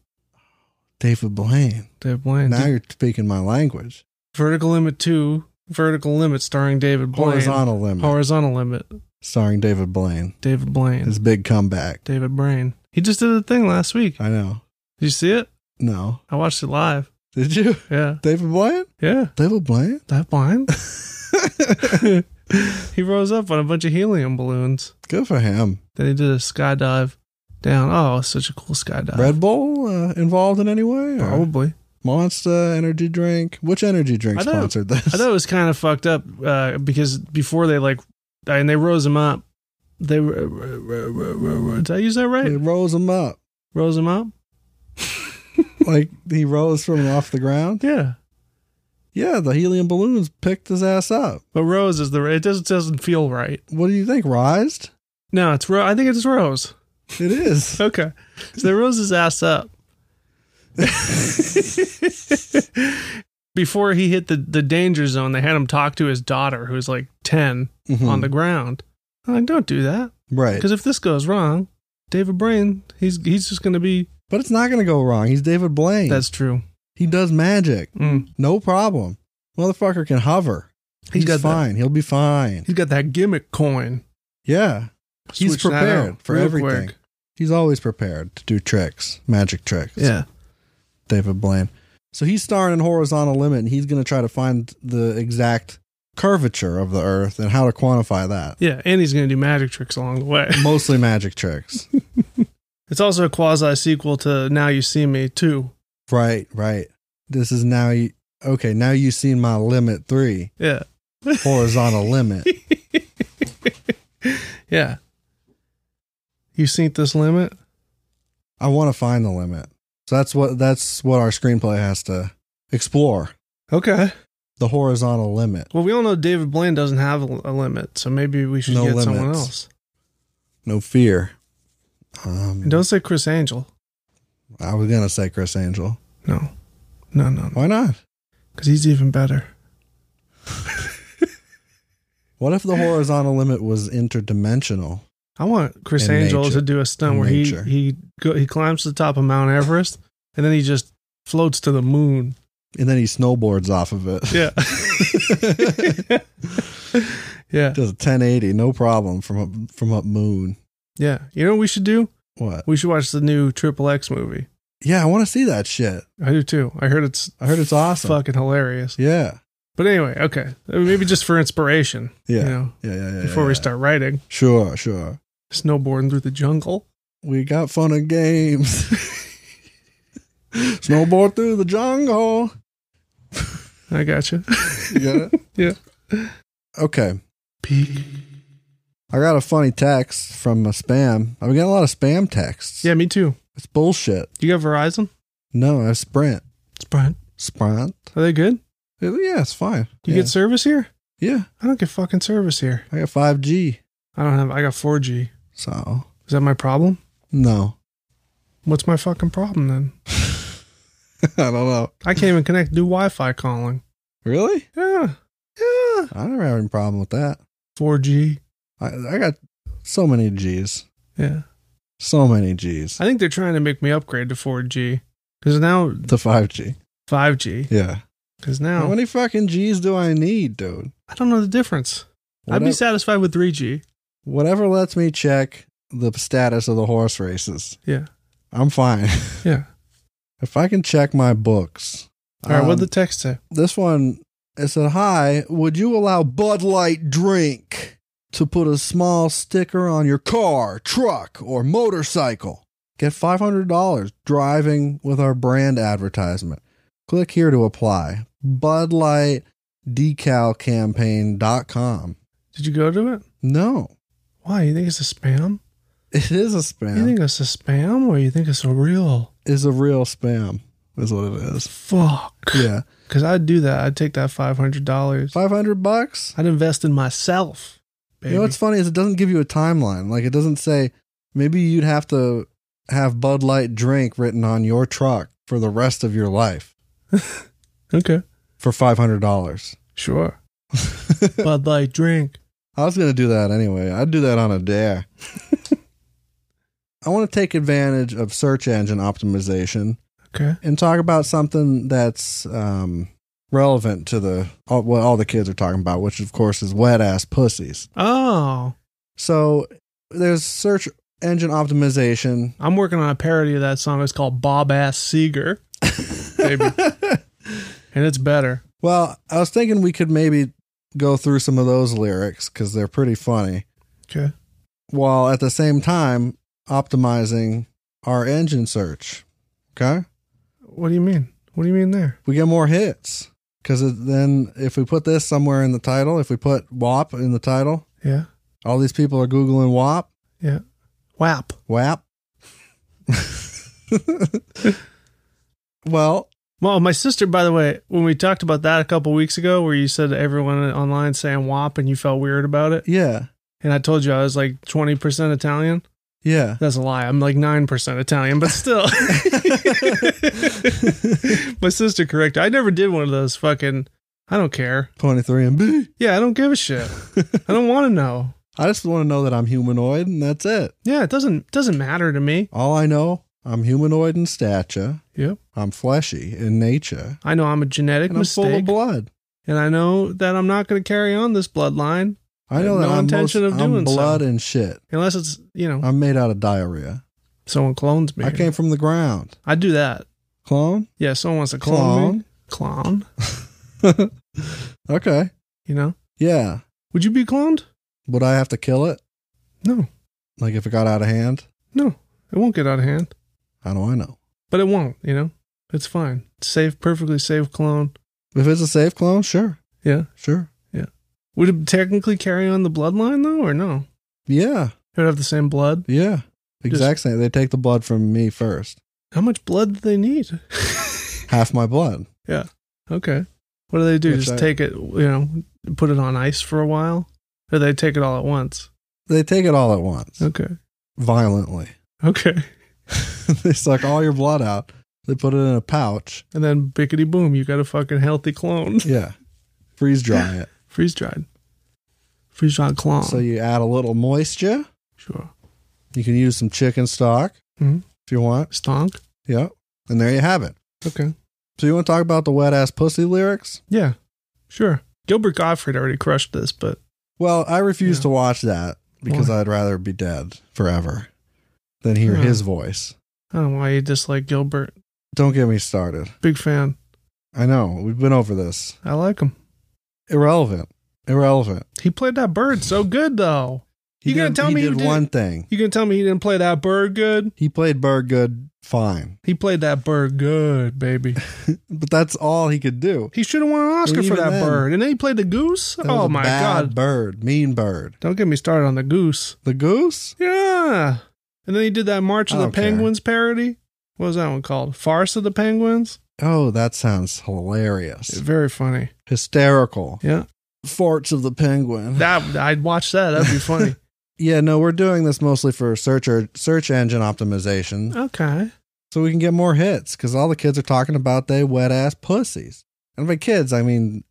[SPEAKER 1] David Blaine.
[SPEAKER 2] David Blaine.
[SPEAKER 1] Now
[SPEAKER 2] Dude,
[SPEAKER 1] you're speaking my language.
[SPEAKER 2] vertical limit two. Vertical limit starring David Blaine.
[SPEAKER 1] Horizontal limit,
[SPEAKER 2] Horizontal limit.
[SPEAKER 1] starring David Blaine.
[SPEAKER 2] David Blaine.
[SPEAKER 1] His big comeback.
[SPEAKER 2] David Blaine. He just did a thing last week.
[SPEAKER 1] I know.
[SPEAKER 2] Did you see it?
[SPEAKER 1] No.
[SPEAKER 2] I watched it live.
[SPEAKER 1] Did you?
[SPEAKER 2] Yeah.
[SPEAKER 1] David Blaine?
[SPEAKER 2] Yeah.
[SPEAKER 1] David Blaine?
[SPEAKER 2] That blind. he rose up on a bunch of helium balloons.
[SPEAKER 1] Good for him.
[SPEAKER 2] Then he did a skydive down. Oh, it was such a cool skydive.
[SPEAKER 1] Red Bull uh, involved in any way? Or
[SPEAKER 2] Probably.
[SPEAKER 1] Monster energy drink? Which energy drink
[SPEAKER 2] I thought-
[SPEAKER 1] sponsored this?
[SPEAKER 2] I thought it was kind of fucked up uh, because before they like, I mean, they rose him up. They r- r- r- r- did I use that
[SPEAKER 1] It
[SPEAKER 2] right?
[SPEAKER 1] rose him up.
[SPEAKER 2] Rose him up.
[SPEAKER 1] like he rose from off the ground.
[SPEAKER 2] Yeah,
[SPEAKER 1] Yeah, the helium balloons picked his ass up.
[SPEAKER 2] but rose is the it doesn't doesn't feel right.
[SPEAKER 1] What do you think? Rised?
[SPEAKER 2] No, it's ro- I think it's rose.
[SPEAKER 1] It is.
[SPEAKER 2] Okay, so they rose his ass up. Before he hit the, the danger zone, they had him talk to his daughter, who's like 10,
[SPEAKER 1] Mhm.
[SPEAKER 2] on the ground. I'm like, don't do that.
[SPEAKER 1] right.
[SPEAKER 2] Because if this goes wrong, David Brain, he's he's just going to be.
[SPEAKER 1] But it's not going to go wrong. He's David Blaine.
[SPEAKER 2] That's true.
[SPEAKER 1] he does magic.
[SPEAKER 2] Mm.
[SPEAKER 1] No problem. Motherfucker can hover.
[SPEAKER 2] He's
[SPEAKER 1] He's,
[SPEAKER 2] got that-
[SPEAKER 1] fine. He'll be fine.
[SPEAKER 2] He's got that gimmick coin.
[SPEAKER 1] Yeah. He's
[SPEAKER 2] Switch that
[SPEAKER 1] prepared
[SPEAKER 2] out
[SPEAKER 1] for
[SPEAKER 2] real
[SPEAKER 1] everything.
[SPEAKER 2] quick.
[SPEAKER 1] He's always prepared to do tricks, magic tricks.
[SPEAKER 2] Yeah.
[SPEAKER 1] David Blaine. So he's starring in Horizontal Limit and he's going to try to find the exact curvature of the earth and how to quantify that.
[SPEAKER 2] Yeah. And he's going to do magic tricks along the way.
[SPEAKER 1] Mostly magic tricks.
[SPEAKER 2] It's also a quasi sequel to Now You See Me 2.
[SPEAKER 1] Right, right. This is now you, okay, now you've seen my limit 3,
[SPEAKER 2] Yeah.
[SPEAKER 1] Horizontal Limit.
[SPEAKER 2] Yeah. You seen this limit?
[SPEAKER 1] I want to find the limit. So that's what that's what our screenplay has to explore,
[SPEAKER 2] Okay.
[SPEAKER 1] the horizontal limit.
[SPEAKER 2] Well, we all know David Blaine doesn't have a, a limit, so maybe we should
[SPEAKER 1] No
[SPEAKER 2] get someone
[SPEAKER 1] limits.
[SPEAKER 2] else.
[SPEAKER 1] No fear. Um,
[SPEAKER 2] And don't say Chris Angel.
[SPEAKER 1] I was gonna say Chris Angel.
[SPEAKER 2] No. No, no, no.
[SPEAKER 1] Why not?
[SPEAKER 2] Because he's even better.
[SPEAKER 1] What if the horizontal limit was interdimensional?
[SPEAKER 2] I want Chris
[SPEAKER 1] And
[SPEAKER 2] Angel
[SPEAKER 1] nature.
[SPEAKER 2] to do a stunt
[SPEAKER 1] And
[SPEAKER 2] where
[SPEAKER 1] nature.
[SPEAKER 2] he he go, he climbs to the top of Mount Everest and then he just floats to the moon.
[SPEAKER 1] And then he snowboards off of it.
[SPEAKER 2] Yeah. yeah.
[SPEAKER 1] Does a 1080, no problem from up, from up moon.
[SPEAKER 2] Yeah. You know what we should do?
[SPEAKER 1] What?
[SPEAKER 2] We should watch the new Triple X movie.
[SPEAKER 1] Yeah, I want to see that shit.
[SPEAKER 2] I do too. I heard it's
[SPEAKER 1] I heard it's awesome.
[SPEAKER 2] fucking hilarious.
[SPEAKER 1] Yeah,
[SPEAKER 2] But anyway, okay. Uh, Maybe just for inspiration.
[SPEAKER 1] yeah,
[SPEAKER 2] You know,
[SPEAKER 1] yeah, yeah, yeah.
[SPEAKER 2] before
[SPEAKER 1] yeah.
[SPEAKER 2] we start writing,
[SPEAKER 1] Sure, sure.
[SPEAKER 2] snowboarding through the jungle.
[SPEAKER 1] We got fun and games. Snowboard through the jungle.
[SPEAKER 2] I gotcha.
[SPEAKER 1] You got it?
[SPEAKER 2] Yeah.
[SPEAKER 1] Okay.
[SPEAKER 2] Peak.
[SPEAKER 1] I got a funny text from a spam. I've got a lot of spam texts.
[SPEAKER 2] Yeah, me too.
[SPEAKER 1] It's bullshit.
[SPEAKER 2] You got Verizon?
[SPEAKER 1] No, I Sprint.
[SPEAKER 2] Sprint.
[SPEAKER 1] Sprint?
[SPEAKER 2] Are they good?
[SPEAKER 1] Yeah, it's fine.
[SPEAKER 2] You
[SPEAKER 1] yeah.
[SPEAKER 2] get service here?
[SPEAKER 1] Yeah,
[SPEAKER 2] I don't get fucking service here.
[SPEAKER 1] I got 5G.
[SPEAKER 2] I don't have. I got 4G.
[SPEAKER 1] So,
[SPEAKER 2] Is that my problem?
[SPEAKER 1] no.
[SPEAKER 2] What's my fucking problem then?
[SPEAKER 1] I don't know.
[SPEAKER 2] I can't even connect. Do Wi-Fi calling.
[SPEAKER 1] Really?
[SPEAKER 2] Yeah, yeah.
[SPEAKER 1] I don't have any problem with that.
[SPEAKER 2] 4G.
[SPEAKER 1] I, I got so many G's.
[SPEAKER 2] Yeah.
[SPEAKER 1] So many G's.
[SPEAKER 2] I think they're trying to make me upgrade to 4G because now
[SPEAKER 1] To 5G.
[SPEAKER 2] 5G.
[SPEAKER 1] Yeah.
[SPEAKER 2] Because
[SPEAKER 1] How
[SPEAKER 2] now
[SPEAKER 1] many fucking G's do I need, dude?
[SPEAKER 2] I don't know the difference. I'd
[SPEAKER 1] Whatever-
[SPEAKER 2] be satisfied with 3G.
[SPEAKER 1] whatever lets me check the status of the horse races.
[SPEAKER 2] Yeah,
[SPEAKER 1] I'm fine.
[SPEAKER 2] yeah.
[SPEAKER 1] if I can check my books.
[SPEAKER 2] All right. What
[SPEAKER 1] Um,
[SPEAKER 2] the text say?
[SPEAKER 1] this one it said hi would you allow bud light drink to put a small sticker on your car truck or motorcycle get $500 driving with our brand advertisement click here to apply bud light decalcampaign.com
[SPEAKER 2] Did you go to it?
[SPEAKER 1] no
[SPEAKER 2] Why? You think it's a spam?
[SPEAKER 1] It is a
[SPEAKER 2] You
[SPEAKER 1] spam.
[SPEAKER 2] think it's a spam or you think it's a real?
[SPEAKER 1] it's a real spam, is what it is.
[SPEAKER 2] Fuck.
[SPEAKER 1] Yeah.
[SPEAKER 2] Because I'd do that. I'd take that $500.
[SPEAKER 1] 500 bucks?
[SPEAKER 2] I'd invest in myself, baby.
[SPEAKER 1] You know what's funny is it doesn't give you a timeline. Like, it doesn't say maybe you'd have to have Bud Light drink written on your truck for the rest of your life
[SPEAKER 2] okay.
[SPEAKER 1] for $500.
[SPEAKER 2] Sure. Bud Light drink.
[SPEAKER 1] I was going to do that anyway. I'd do that on a dare. I want to take advantage of search engine optimization
[SPEAKER 2] Okay.
[SPEAKER 1] and talk about something that's um, relevant to the all, what all the kids are talking about, which of course is wet ass pussies.
[SPEAKER 2] Oh,
[SPEAKER 1] So there's search engine optimization.
[SPEAKER 2] I'm working on a parody of that song. It's called Bob Ass Seeger, baby. and it's better.
[SPEAKER 1] Well, I was thinking we could maybe go through some of those lyrics because they're pretty funny,
[SPEAKER 2] Okay.
[SPEAKER 1] while at the same time optimizing our engine search. Okay,
[SPEAKER 2] What do you mean? What do you mean there?
[SPEAKER 1] we get more hits because then if we put this somewhere in the title, if we put WAP in the title,
[SPEAKER 2] Yeah.
[SPEAKER 1] all these people are googling WAP.
[SPEAKER 2] Yeah. WAP.
[SPEAKER 1] WAP. well,
[SPEAKER 2] Well, my sister, by the way, when we talked about that a couple weeks ago, where you said everyone online saying WAP and you felt weird about it,
[SPEAKER 1] yeah,
[SPEAKER 2] and I told you I was like 20% Italian.
[SPEAKER 1] yeah.
[SPEAKER 2] That's a lie. I'm like 9% Italian, but still. my sister corrected. I never did one of those fucking, I don't care.
[SPEAKER 1] 23 and B.
[SPEAKER 2] Yeah, I don't give a shit. I don't want to know.
[SPEAKER 1] I just want to know that I'm humanoid and that's it.
[SPEAKER 2] Yeah, it doesn't doesn't matter to me.
[SPEAKER 1] All I know, I'm humanoid in stature.
[SPEAKER 2] Yep.
[SPEAKER 1] I'm fleshy in nature.
[SPEAKER 2] I know I'm a genetic
[SPEAKER 1] And I'm full
[SPEAKER 2] mistake,
[SPEAKER 1] of blood.
[SPEAKER 2] and I know that I'm not going to carry on this bloodline
[SPEAKER 1] I know
[SPEAKER 2] I
[SPEAKER 1] that
[SPEAKER 2] have
[SPEAKER 1] I'm,
[SPEAKER 2] no intention
[SPEAKER 1] most-
[SPEAKER 2] of
[SPEAKER 1] I'm
[SPEAKER 2] doing so.
[SPEAKER 1] blood and shit.
[SPEAKER 2] unless it's you know
[SPEAKER 1] I'm made out of diarrhea.
[SPEAKER 2] someone clones me.
[SPEAKER 1] Uh, I came from the ground.
[SPEAKER 2] I do that.
[SPEAKER 1] Clone?
[SPEAKER 2] Yeah, if someone wants to clone, me. Clone.
[SPEAKER 1] Okay.
[SPEAKER 2] You know?
[SPEAKER 1] Yeah.
[SPEAKER 2] Would you be cloned?
[SPEAKER 1] Would I have to kill it?
[SPEAKER 2] No,
[SPEAKER 1] Like if it got out of hand?
[SPEAKER 2] no, it won't get out of hand,
[SPEAKER 1] How do I know?
[SPEAKER 2] but it won't. You know, it's fine. Safe, perfectly safe clone.
[SPEAKER 1] If it's a safe clone, sure.
[SPEAKER 2] Yeah.
[SPEAKER 1] Sure.
[SPEAKER 2] Would it technically carry on the bloodline though, or no?
[SPEAKER 1] Yeah.
[SPEAKER 2] It would have the same blood.
[SPEAKER 1] Yeah. Exact same. They take the blood from me first.
[SPEAKER 2] How much blood do they need?
[SPEAKER 1] Half my blood.
[SPEAKER 2] Yeah. Okay. What do they do?
[SPEAKER 1] Which
[SPEAKER 2] Just
[SPEAKER 1] I-
[SPEAKER 2] take it, you know, put it on ice for a while, or they take it all at once.
[SPEAKER 1] They take it all at once.
[SPEAKER 2] Okay.
[SPEAKER 1] Violently.
[SPEAKER 2] Okay.
[SPEAKER 1] they suck all your blood out. They put it in a pouch.
[SPEAKER 2] And then bickety boom, you got a fucking healthy clone,
[SPEAKER 1] Yeah. Freeze dry it.
[SPEAKER 2] freeze dried, freeze dried clone.
[SPEAKER 1] So you add a little moisture.
[SPEAKER 2] sure.
[SPEAKER 1] You can use some chicken stock
[SPEAKER 2] Mhm.
[SPEAKER 1] if you want.
[SPEAKER 2] Stonk.
[SPEAKER 1] Yep. And there you have it.
[SPEAKER 2] Okay.
[SPEAKER 1] So you want to talk about the wet ass pussy lyrics?
[SPEAKER 2] Yeah. Sure. Gilbert Gottfried already crushed this, but
[SPEAKER 1] Well, I refuse
[SPEAKER 2] Yeah.
[SPEAKER 1] to watch that because
[SPEAKER 2] Why?
[SPEAKER 1] I'd rather be dead forever than hear
[SPEAKER 2] Huh.
[SPEAKER 1] his voice.
[SPEAKER 2] I don't know why you dislike Gilbert.
[SPEAKER 1] Don't get me started.
[SPEAKER 2] Big fan.
[SPEAKER 1] I know. We've been over this.
[SPEAKER 2] I like him.
[SPEAKER 1] Irrelevant. Irrelevant.
[SPEAKER 2] He played that bird so good though. You gonna
[SPEAKER 1] did-
[SPEAKER 2] tell
[SPEAKER 1] he
[SPEAKER 2] me he
[SPEAKER 1] did
[SPEAKER 2] did-
[SPEAKER 1] one thing.
[SPEAKER 2] You gonna tell me he didn't play that bird good?
[SPEAKER 1] He played Bird good fine,
[SPEAKER 2] He played that bird good, baby.
[SPEAKER 1] but that's all he could do.
[SPEAKER 2] He should have won an Oscar
[SPEAKER 1] Well,
[SPEAKER 2] for
[SPEAKER 1] even
[SPEAKER 2] that
[SPEAKER 1] then-
[SPEAKER 2] bird. And then he played the goose.
[SPEAKER 1] That was
[SPEAKER 2] oh
[SPEAKER 1] a
[SPEAKER 2] my
[SPEAKER 1] bad
[SPEAKER 2] god.
[SPEAKER 1] Bird, mean bird.
[SPEAKER 2] Don't get me started on the goose.
[SPEAKER 1] The goose?
[SPEAKER 2] Yeah. And then he did that March of
[SPEAKER 1] I
[SPEAKER 2] the
[SPEAKER 1] don't care.
[SPEAKER 2] Penguins parody. What was that one called? Farce of the Penguins?
[SPEAKER 1] Oh, that sounds hilarious.
[SPEAKER 2] Very funny.
[SPEAKER 1] Hysterical.
[SPEAKER 2] Yeah.
[SPEAKER 1] Farts of the penguin.
[SPEAKER 2] That I'd watch that. That'd be funny.
[SPEAKER 1] yeah, no, we're doing this mostly for search or search engine optimization,
[SPEAKER 2] okay.
[SPEAKER 1] so we can get more hits. Because all the kids are talking about they wet ass pussies, and by kids I mean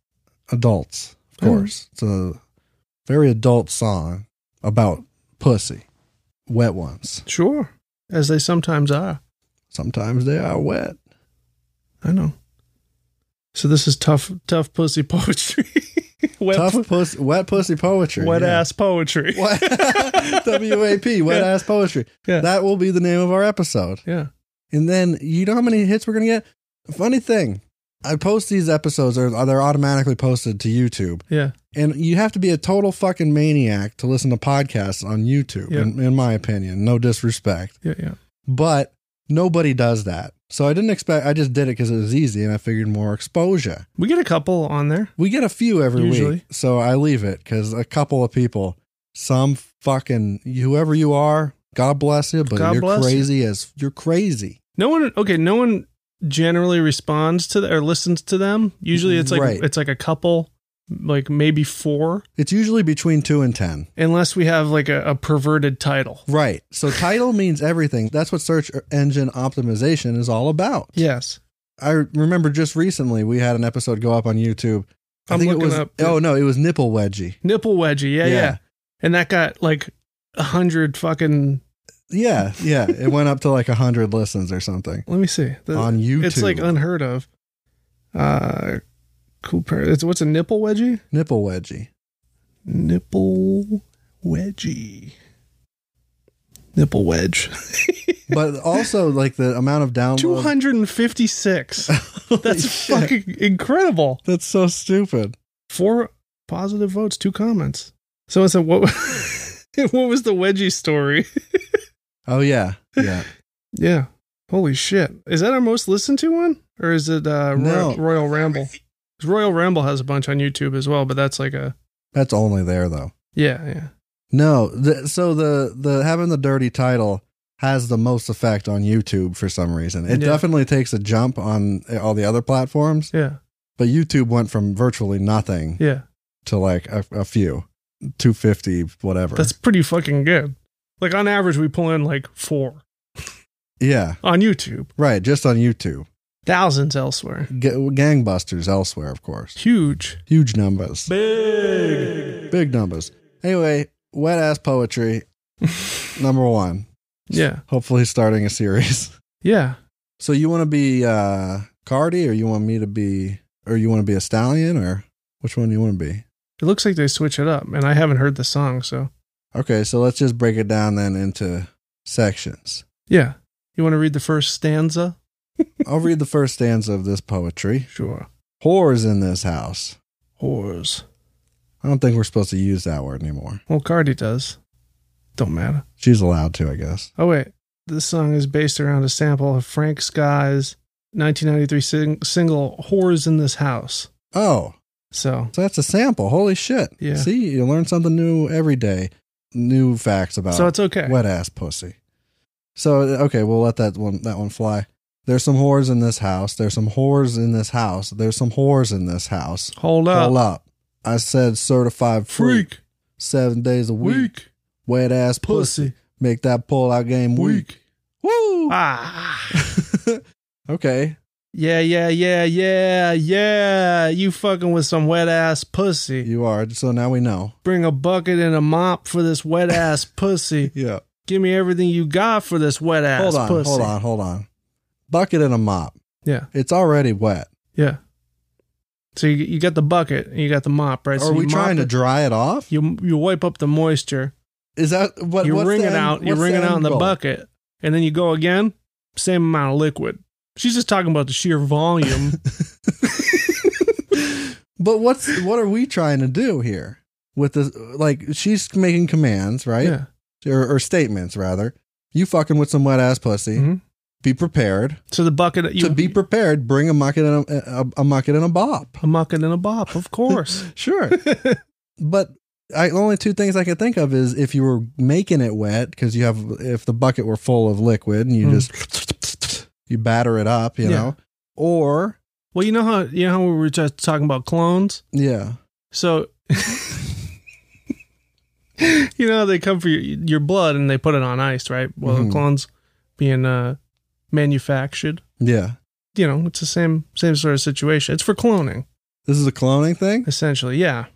[SPEAKER 1] adults, of
[SPEAKER 2] Oh.
[SPEAKER 1] course. It's a very adult song about pussy, wet ones.
[SPEAKER 2] Sure. As they sometimes are.
[SPEAKER 1] Sometimes they are wet.
[SPEAKER 2] I know. So this is tough tough pussy poetry. wet
[SPEAKER 1] Tough
[SPEAKER 2] pu-
[SPEAKER 1] pussy, wet pussy poetry.
[SPEAKER 2] wet
[SPEAKER 1] yeah.
[SPEAKER 2] ass poetry.
[SPEAKER 1] What? WAP, wet
[SPEAKER 2] Yeah.
[SPEAKER 1] ass poetry.
[SPEAKER 2] Yeah.
[SPEAKER 1] That will be the name of our episode.
[SPEAKER 2] Yeah.
[SPEAKER 1] And then you know how many hits we're going to get? Funny thing, I post these episodes, or they're automatically posted to YouTube.
[SPEAKER 2] Yeah.
[SPEAKER 1] And you have to be a total fucking maniac to listen to podcasts on YouTube,
[SPEAKER 2] Yeah.
[SPEAKER 1] in, in my opinion. No disrespect.
[SPEAKER 2] Yeah. Yeah.
[SPEAKER 1] But nobody does that. So I didn't expect, I just did it because it was easy and I figured more exposure.
[SPEAKER 2] We get a couple on there.
[SPEAKER 1] We get a few every
[SPEAKER 2] Usually.
[SPEAKER 1] week, so I leave it because a couple of people, some fucking whoever you are, God bless you, but
[SPEAKER 2] God
[SPEAKER 1] you're
[SPEAKER 2] bless you.
[SPEAKER 1] crazy as you're crazy.
[SPEAKER 2] No one okay, no one generally responds to the, or listens to them. Usually it's like
[SPEAKER 1] Right.
[SPEAKER 2] it's like a couple, like maybe four,
[SPEAKER 1] It's usually between two and ten.
[SPEAKER 2] unless we have like a, a perverted title.
[SPEAKER 1] Right. So title means everything. That's what search engine optimization is all about.
[SPEAKER 2] Yes.
[SPEAKER 1] I remember just recently we had an episode go up on YouTube. I
[SPEAKER 2] I'm
[SPEAKER 1] think it
[SPEAKER 2] looking
[SPEAKER 1] was
[SPEAKER 2] up-
[SPEAKER 1] oh no, it was nipple wedgie.
[SPEAKER 2] Nipple wedgie, yeah, yeah.
[SPEAKER 1] Yeah.
[SPEAKER 2] And that got like a hundred fucking
[SPEAKER 1] Yeah, yeah. it went up to like a hundred listens or something
[SPEAKER 2] let me see. The-
[SPEAKER 1] on YouTube.
[SPEAKER 2] It's like unheard of. Uh cool pair. It's what's a nipple wedgie?
[SPEAKER 1] nipple wedgie.
[SPEAKER 2] Nipple wedgie. Nipple wedge.
[SPEAKER 1] But also like the amount of downloads.
[SPEAKER 2] 256.
[SPEAKER 1] Holy
[SPEAKER 2] That's
[SPEAKER 1] shit.
[SPEAKER 2] fucking incredible.
[SPEAKER 1] That's so stupid.
[SPEAKER 2] Four positive votes, two comments. Someone said, "What? what was the wedgie story?"
[SPEAKER 1] Oh yeah, yeah.
[SPEAKER 2] yeah. Holy shit! Is that our most listened to one, or is it uh, Royal,
[SPEAKER 1] No.
[SPEAKER 2] Royal Ramble? 'Cause Royal Ramble has a bunch on YouTube as well, but that's like a
[SPEAKER 1] That's only there though.
[SPEAKER 2] yeah, yeah.
[SPEAKER 1] No, the, so the the having the dirty title has the most effect on YouTube for some reason. It
[SPEAKER 2] Yeah.
[SPEAKER 1] definitely takes a jump on eh, all the other platforms,
[SPEAKER 2] Yeah,
[SPEAKER 1] but YouTube went from virtually nothing
[SPEAKER 2] yeah.
[SPEAKER 1] to like a, a few, two fifty whatever.
[SPEAKER 2] That's pretty fucking good. Like on average, we pull in like four
[SPEAKER 1] yeah,
[SPEAKER 2] on YouTube,
[SPEAKER 1] right. Just on YouTube,
[SPEAKER 2] thousands elsewhere.
[SPEAKER 1] G- gangbusters elsewhere, of course.
[SPEAKER 2] Huge.
[SPEAKER 1] Huge numbers,
[SPEAKER 2] Big.
[SPEAKER 1] big numbers. Anyway, wet ass poetry, number one.
[SPEAKER 2] Yeah,
[SPEAKER 1] Hopefully, starting a series.
[SPEAKER 2] yeah.
[SPEAKER 1] So you want to be uh Cardi or you want me to be or you want to be a stallion or which one do you want to be?
[SPEAKER 2] It looks like they switch it up, and I haven't heard the song, so
[SPEAKER 1] Okay, so let's just break it down then into sections.
[SPEAKER 2] yeah. You want to read the first stanza?
[SPEAKER 1] I'll read the first stanza of this poetry.
[SPEAKER 2] Sure.
[SPEAKER 1] Whores in this house.
[SPEAKER 2] Whores.
[SPEAKER 1] I don't think we're supposed to use that word anymore.
[SPEAKER 2] Well, Cardi does. Don't matter.
[SPEAKER 1] She's allowed to, I guess.
[SPEAKER 2] Oh wait, this song is based around a sample of Frank Sky's 1993 sing- single "Whores in This House."
[SPEAKER 1] Oh,
[SPEAKER 2] So
[SPEAKER 1] so that's a sample. Holy shit.
[SPEAKER 2] Yeah.
[SPEAKER 1] See, you learn something new every day. New facts about
[SPEAKER 2] so it's okay.
[SPEAKER 1] Wet ass pussy. So okay, we'll let that one that one fly. There's some whores in this house. There's some whores in this house. There's some whores in this house.
[SPEAKER 2] Hold up,
[SPEAKER 1] Hold up. I said certified freak,
[SPEAKER 2] freak,
[SPEAKER 1] seven days a week.
[SPEAKER 2] weak,
[SPEAKER 1] Wet ass pussy.
[SPEAKER 2] pussy,
[SPEAKER 1] Make that pull out game weak.
[SPEAKER 2] weak.
[SPEAKER 1] Woo!
[SPEAKER 2] Ah.
[SPEAKER 1] okay.
[SPEAKER 2] Yeah, yeah, yeah, yeah, yeah. You fucking with some wet ass pussy.
[SPEAKER 1] You are. So now we know.
[SPEAKER 2] Bring a bucket and a mop for this wet ass pussy.
[SPEAKER 1] Yeah.
[SPEAKER 2] Give me everything you got for this wet ass
[SPEAKER 1] Hold on,
[SPEAKER 2] pussy.
[SPEAKER 1] hold on, hold on. Bucket and a mop.
[SPEAKER 2] Yeah,
[SPEAKER 1] It's already wet.
[SPEAKER 2] yeah. So you, you got the bucket and you got the mop, right? so
[SPEAKER 1] are
[SPEAKER 2] you
[SPEAKER 1] we
[SPEAKER 2] mop
[SPEAKER 1] trying to
[SPEAKER 2] it,
[SPEAKER 1] dry it off?
[SPEAKER 2] you you wipe up the moisture.
[SPEAKER 1] Is that what
[SPEAKER 2] you
[SPEAKER 1] what's
[SPEAKER 2] wring
[SPEAKER 1] the
[SPEAKER 2] it
[SPEAKER 1] end-
[SPEAKER 2] out. You
[SPEAKER 1] what's
[SPEAKER 2] wring it out in
[SPEAKER 1] end
[SPEAKER 2] the
[SPEAKER 1] goal?
[SPEAKER 2] bucket, and then you go again. Same amount of liquid. She's just talking about the sheer volume.
[SPEAKER 1] But what's what are we trying to do here with this? Like she's making commands, right?
[SPEAKER 2] Yeah.
[SPEAKER 1] Or, or statements rather. You fucking with some wet ass pussy.
[SPEAKER 2] Mhm.
[SPEAKER 1] Be prepared
[SPEAKER 2] So the bucket you
[SPEAKER 1] to be prepared. Bring a mucket and a, a, a mucket and a bop.
[SPEAKER 2] a mucket and a bop, of course.
[SPEAKER 1] Sure, but I only two things I can think of is if you were making it wet because you have if the bucket were full of liquid and you
[SPEAKER 2] Mm.
[SPEAKER 1] just you batter it up, you
[SPEAKER 2] Yeah.
[SPEAKER 1] know, or
[SPEAKER 2] well, you know how you know how we were just talking about clones.
[SPEAKER 1] yeah,
[SPEAKER 2] So you know how they come for your your blood and they put it on ice, right? Well,
[SPEAKER 1] Mhm.
[SPEAKER 2] clones being uh, manufactured,
[SPEAKER 1] yeah.
[SPEAKER 2] you know, it's the same same sort of situation. It's for cloning,
[SPEAKER 1] This is a cloning thing.
[SPEAKER 2] essentially. Yeah,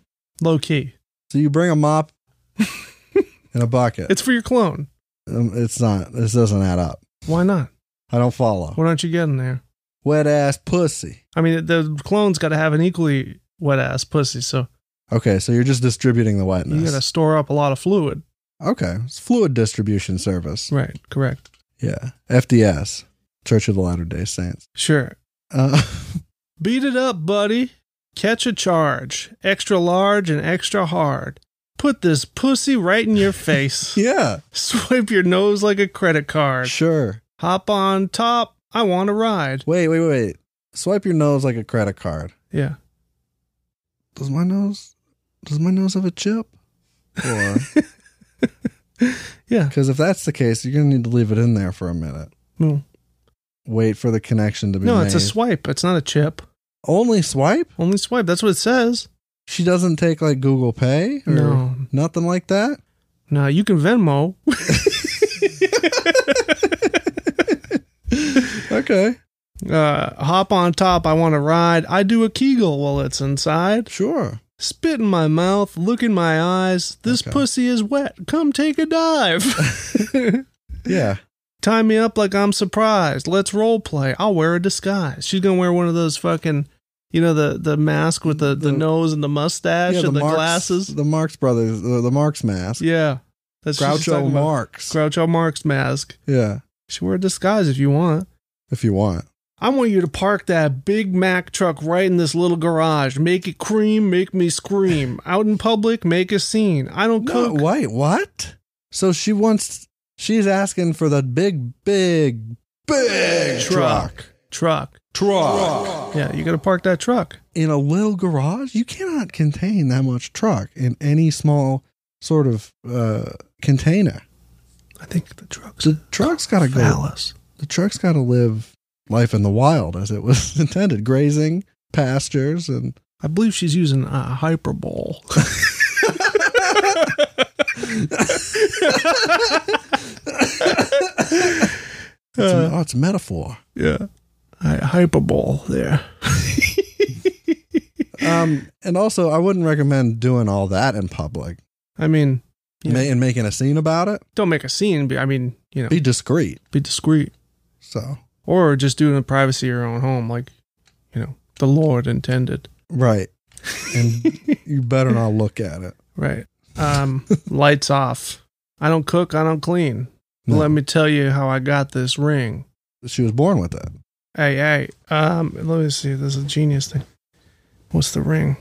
[SPEAKER 2] low key.
[SPEAKER 1] So you bring a mop and a bucket.
[SPEAKER 2] It's for your clone.
[SPEAKER 1] Um, it's not. This doesn't add up.
[SPEAKER 2] Why not?
[SPEAKER 1] I don't follow.
[SPEAKER 2] Why don't you get in there?
[SPEAKER 1] Wet ass pussy.
[SPEAKER 2] I mean, the clone's got to have an equally wet ass pussy, so
[SPEAKER 1] Okay, so you're just distributing the
[SPEAKER 2] you got to
[SPEAKER 1] wetness.
[SPEAKER 2] store up a lot of fluid.
[SPEAKER 1] okay, it's fluid distribution service.
[SPEAKER 2] Right. Correct.
[SPEAKER 1] Yeah, FDS, Church of the Latter Day Saints.
[SPEAKER 2] Sure.
[SPEAKER 1] Uh,
[SPEAKER 2] Beat it up, buddy. Catch a charge. Extra large and extra hard. Put this pussy right in your face.
[SPEAKER 1] yeah,
[SPEAKER 2] Swipe your nose like a credit card.
[SPEAKER 1] sure.
[SPEAKER 2] Hop on top. I want to ride.
[SPEAKER 1] Wait, wait, wait. Swipe your nose like a credit card.
[SPEAKER 2] Yeah.
[SPEAKER 1] Does my nose? Does my nose have a chip? Or
[SPEAKER 2] Yeah.
[SPEAKER 1] Because if that's the case, you're going to need to leave it in there for a minute.
[SPEAKER 2] Well,
[SPEAKER 1] Wait for the connection to be
[SPEAKER 2] no,
[SPEAKER 1] made.
[SPEAKER 2] it's a swipe. It's not a chip.
[SPEAKER 1] Only swipe?
[SPEAKER 2] Only swipe. That's what it says.
[SPEAKER 1] She doesn't take like Google Pay or
[SPEAKER 2] No.
[SPEAKER 1] nothing like that?
[SPEAKER 2] Now you can Venmo.
[SPEAKER 1] Okay.
[SPEAKER 2] Uh, hop on top. I want to ride. I do a Kegel while it's inside.
[SPEAKER 1] Sure.
[SPEAKER 2] Spit in my mouth. Look in my eyes. This
[SPEAKER 1] Okay.
[SPEAKER 2] pussy is wet. Come take a dive.
[SPEAKER 1] Yeah.
[SPEAKER 2] Tie me up like I'm surprised. Let's role play. I'll wear a disguise. She's gonna wear one of those fucking, you know, the the mask with the, the,
[SPEAKER 1] The-
[SPEAKER 2] nose and the mustache
[SPEAKER 1] yeah
[SPEAKER 2] and the glasses.
[SPEAKER 1] The Marx brothers, the, the Marx mask.
[SPEAKER 2] Yeah, that's what she's
[SPEAKER 1] Groucho
[SPEAKER 2] talking about.
[SPEAKER 1] Marx.
[SPEAKER 2] Groucho Marx mask.
[SPEAKER 1] yeah.
[SPEAKER 2] She wear a disguise if you want.
[SPEAKER 1] If you want.
[SPEAKER 2] I want you to park that Big Mac truck right in this little garage. Make it cream, make me scream. Out in public, make a scene. I don't
[SPEAKER 1] No,
[SPEAKER 2] cook.
[SPEAKER 1] wait, what? So she wants, she's asking for the big, big, big
[SPEAKER 2] Truck.
[SPEAKER 1] truck.
[SPEAKER 2] Truck.
[SPEAKER 1] Truck.
[SPEAKER 2] Yeah, you gotta park that truck.
[SPEAKER 1] In a little garage? You cannot contain that much truck in any small sort of uh, container.
[SPEAKER 2] I think the truck's
[SPEAKER 1] The truck's got to go.
[SPEAKER 2] phallus.
[SPEAKER 1] The truck's got to live life in the wild as it was intended grazing, pastures, and
[SPEAKER 2] I believe she's using a hyperbole.
[SPEAKER 1] it's,
[SPEAKER 2] Uh.
[SPEAKER 1] a, oh, it's a metaphor.
[SPEAKER 2] Yeah. I hyperbole there.
[SPEAKER 1] Um, and also, I wouldn't recommend doing all that in public
[SPEAKER 2] I mean, Yeah.
[SPEAKER 1] Ma- and making a scene about it.
[SPEAKER 2] don't make a scene, but I mean, you know,
[SPEAKER 1] Be discreet.
[SPEAKER 2] be discreet.
[SPEAKER 1] So,
[SPEAKER 2] Or just do it in the privacy of your own home, like, you know, the Lord intended.
[SPEAKER 1] right. And you better not look at it.
[SPEAKER 2] Right. Um, lights off. I don't cook, I don't clean.
[SPEAKER 1] No.
[SPEAKER 2] Let me tell you how I got this ring.
[SPEAKER 1] She was born with it.
[SPEAKER 2] Hey, hey. Um, let me see. This is a genius thing. What's the ring?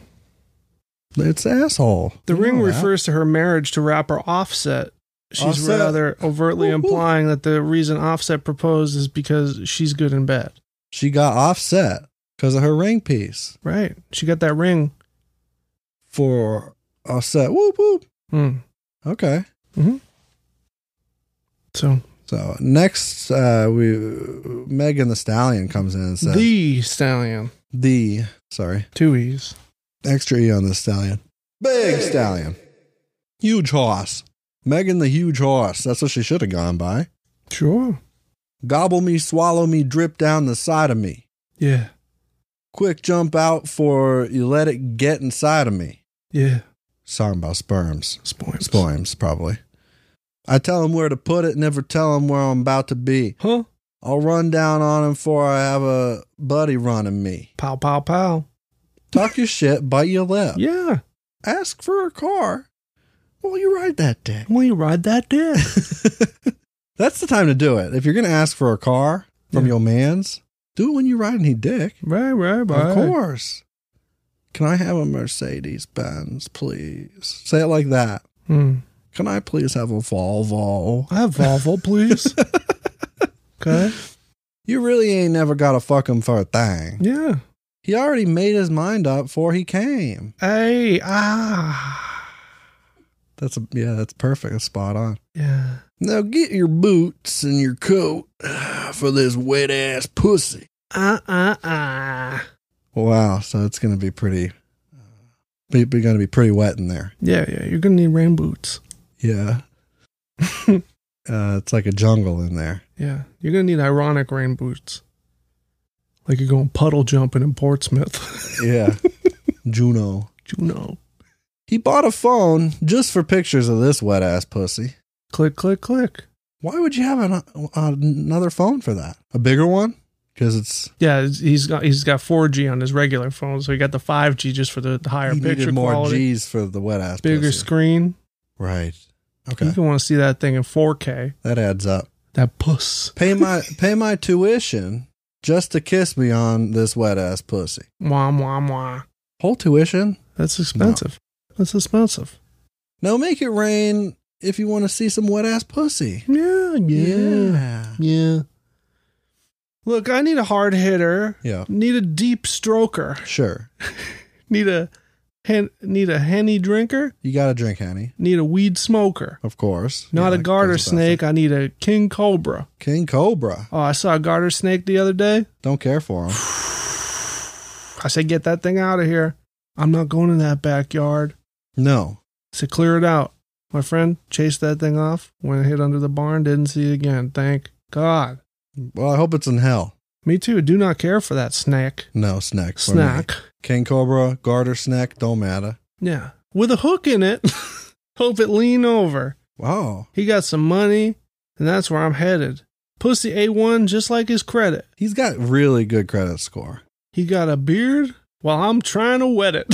[SPEAKER 1] It's asshole.
[SPEAKER 2] The
[SPEAKER 1] You
[SPEAKER 2] ring
[SPEAKER 1] know that.
[SPEAKER 2] refers to her marriage to rapper Offset. She's
[SPEAKER 1] Offset.
[SPEAKER 2] rather overtly
[SPEAKER 1] Woo-hoo.
[SPEAKER 2] implying that the reason Offset proposed is because she's good in bed.
[SPEAKER 1] She got offset because of her ring piece
[SPEAKER 2] Right. She got that ring.
[SPEAKER 1] for offset. Whoop whoop.
[SPEAKER 2] Hmm.
[SPEAKER 1] Okay.
[SPEAKER 2] So
[SPEAKER 1] So next, uh, we Megan the Stallion comes in and says the,
[SPEAKER 2] the stallion,
[SPEAKER 1] sorry
[SPEAKER 2] two E's.
[SPEAKER 1] extra e on the stallion, big stallion, huge horse. Megan the huge horse. That's what she should have gone by.
[SPEAKER 2] Sure.
[SPEAKER 1] Gobble me, swallow me, drip down the side of me.
[SPEAKER 2] Yeah.
[SPEAKER 1] Quick jump out for you let it get inside of me.
[SPEAKER 2] Yeah.
[SPEAKER 1] Something about sperms.
[SPEAKER 2] Spoilers.
[SPEAKER 1] Spoims, probably. I tell him where to put it, never tell him where I'm about to be.
[SPEAKER 2] Huh?
[SPEAKER 1] I'll run down on him before I have a buddy running me.
[SPEAKER 2] Pow pow pow.
[SPEAKER 1] Talk your shit, bite your lip.
[SPEAKER 2] Yeah.
[SPEAKER 1] Ask for a car. Well, you ride that dick.
[SPEAKER 2] Will you ride that dick?
[SPEAKER 1] That's the time to do it. If you're going to ask for a car from
[SPEAKER 2] Yeah.
[SPEAKER 1] your mans, do it when you ride any dick.
[SPEAKER 2] right, right, right.
[SPEAKER 1] Of course. Can I have a Mercedes Benz, please? Say it like that.
[SPEAKER 2] Hmm.
[SPEAKER 1] Can I please have a Volvo?
[SPEAKER 2] I have Volvo, please. okay.
[SPEAKER 1] You really ain't never got to fuck him for a thing.
[SPEAKER 2] Yeah.
[SPEAKER 1] He already made his mind up before he came.
[SPEAKER 2] Hey. Ah.
[SPEAKER 1] That's a, yeah, that's perfect. That's spot on.
[SPEAKER 2] Yeah.
[SPEAKER 1] Now get your boots and your coat for this wet ass pussy.
[SPEAKER 2] Uh uh uh.
[SPEAKER 1] Wow, so it's gonna be pretty. Be, be gonna be pretty wet in there.
[SPEAKER 2] Yeah, yeah. You're gonna need rain boots.
[SPEAKER 1] Yeah, uh, it's like a jungle in there.
[SPEAKER 2] Yeah, you're gonna need ironic rain boots. Like you're going puddle jumping in Portsmouth.
[SPEAKER 1] Yeah, Juno.
[SPEAKER 2] Juno.
[SPEAKER 1] He bought a phone just for pictures of this wet ass pussy.
[SPEAKER 2] Click, click, click.
[SPEAKER 1] Why would you have an, another phone for that? A bigger one? Because it's
[SPEAKER 2] Yeah, it's- he's got he's got 4G on his regular phone, so he got the 5G just for the, the higher
[SPEAKER 1] he
[SPEAKER 2] picture
[SPEAKER 1] needed more
[SPEAKER 2] quality,
[SPEAKER 1] G's for the wet ass
[SPEAKER 2] bigger
[SPEAKER 1] pussy.
[SPEAKER 2] screen.
[SPEAKER 1] Right.
[SPEAKER 2] You
[SPEAKER 1] Okay,
[SPEAKER 2] can want to see that thing in 4K.
[SPEAKER 1] that adds up.
[SPEAKER 2] That puss.
[SPEAKER 1] Pay my pay my tuition just to kiss me on this wet ass pussy.
[SPEAKER 2] Mwah mwah mwah.
[SPEAKER 1] Whole tuition?
[SPEAKER 2] That's expensive. That's expensive.
[SPEAKER 1] No, make it rain if you want to see some wet ass pussy.
[SPEAKER 2] Yeah, yeah, yeah. Look, I need a hard hitter.
[SPEAKER 1] Yeah.
[SPEAKER 2] Need a deep stroker.
[SPEAKER 1] Sure.
[SPEAKER 2] Need a Hen- need a henny drinker?
[SPEAKER 1] You got to drink honey,
[SPEAKER 2] Need a weed smoker?
[SPEAKER 1] of course.
[SPEAKER 2] Not
[SPEAKER 1] Yeah,
[SPEAKER 2] a
[SPEAKER 1] that
[SPEAKER 2] garter
[SPEAKER 1] goes without
[SPEAKER 2] snake. I need a king cobra.
[SPEAKER 1] saying. King Cobra.
[SPEAKER 2] Oh, I saw a garter snake the other day.
[SPEAKER 1] Don't care for him.
[SPEAKER 2] I said, get that thing out of here. I'm not going in that backyard.
[SPEAKER 1] No.
[SPEAKER 2] I said, clear it out. My friend chased that thing off, went and hid under the barn, didn't see it again. Thank God.
[SPEAKER 1] Well, I hope it's in hell.
[SPEAKER 2] Me too. Do not care for that snake.
[SPEAKER 1] No snack. for me.
[SPEAKER 2] Snack.
[SPEAKER 1] King Cobra, garter snack, don't matter.
[SPEAKER 2] Yeah. With a hook in it. Hope it lean over.
[SPEAKER 1] Wow.
[SPEAKER 2] He got some money, and that's where I'm headed. Pussy A1, just like his credit.
[SPEAKER 1] He's got really good credit score.
[SPEAKER 2] He got a beard while I'm trying to wet it.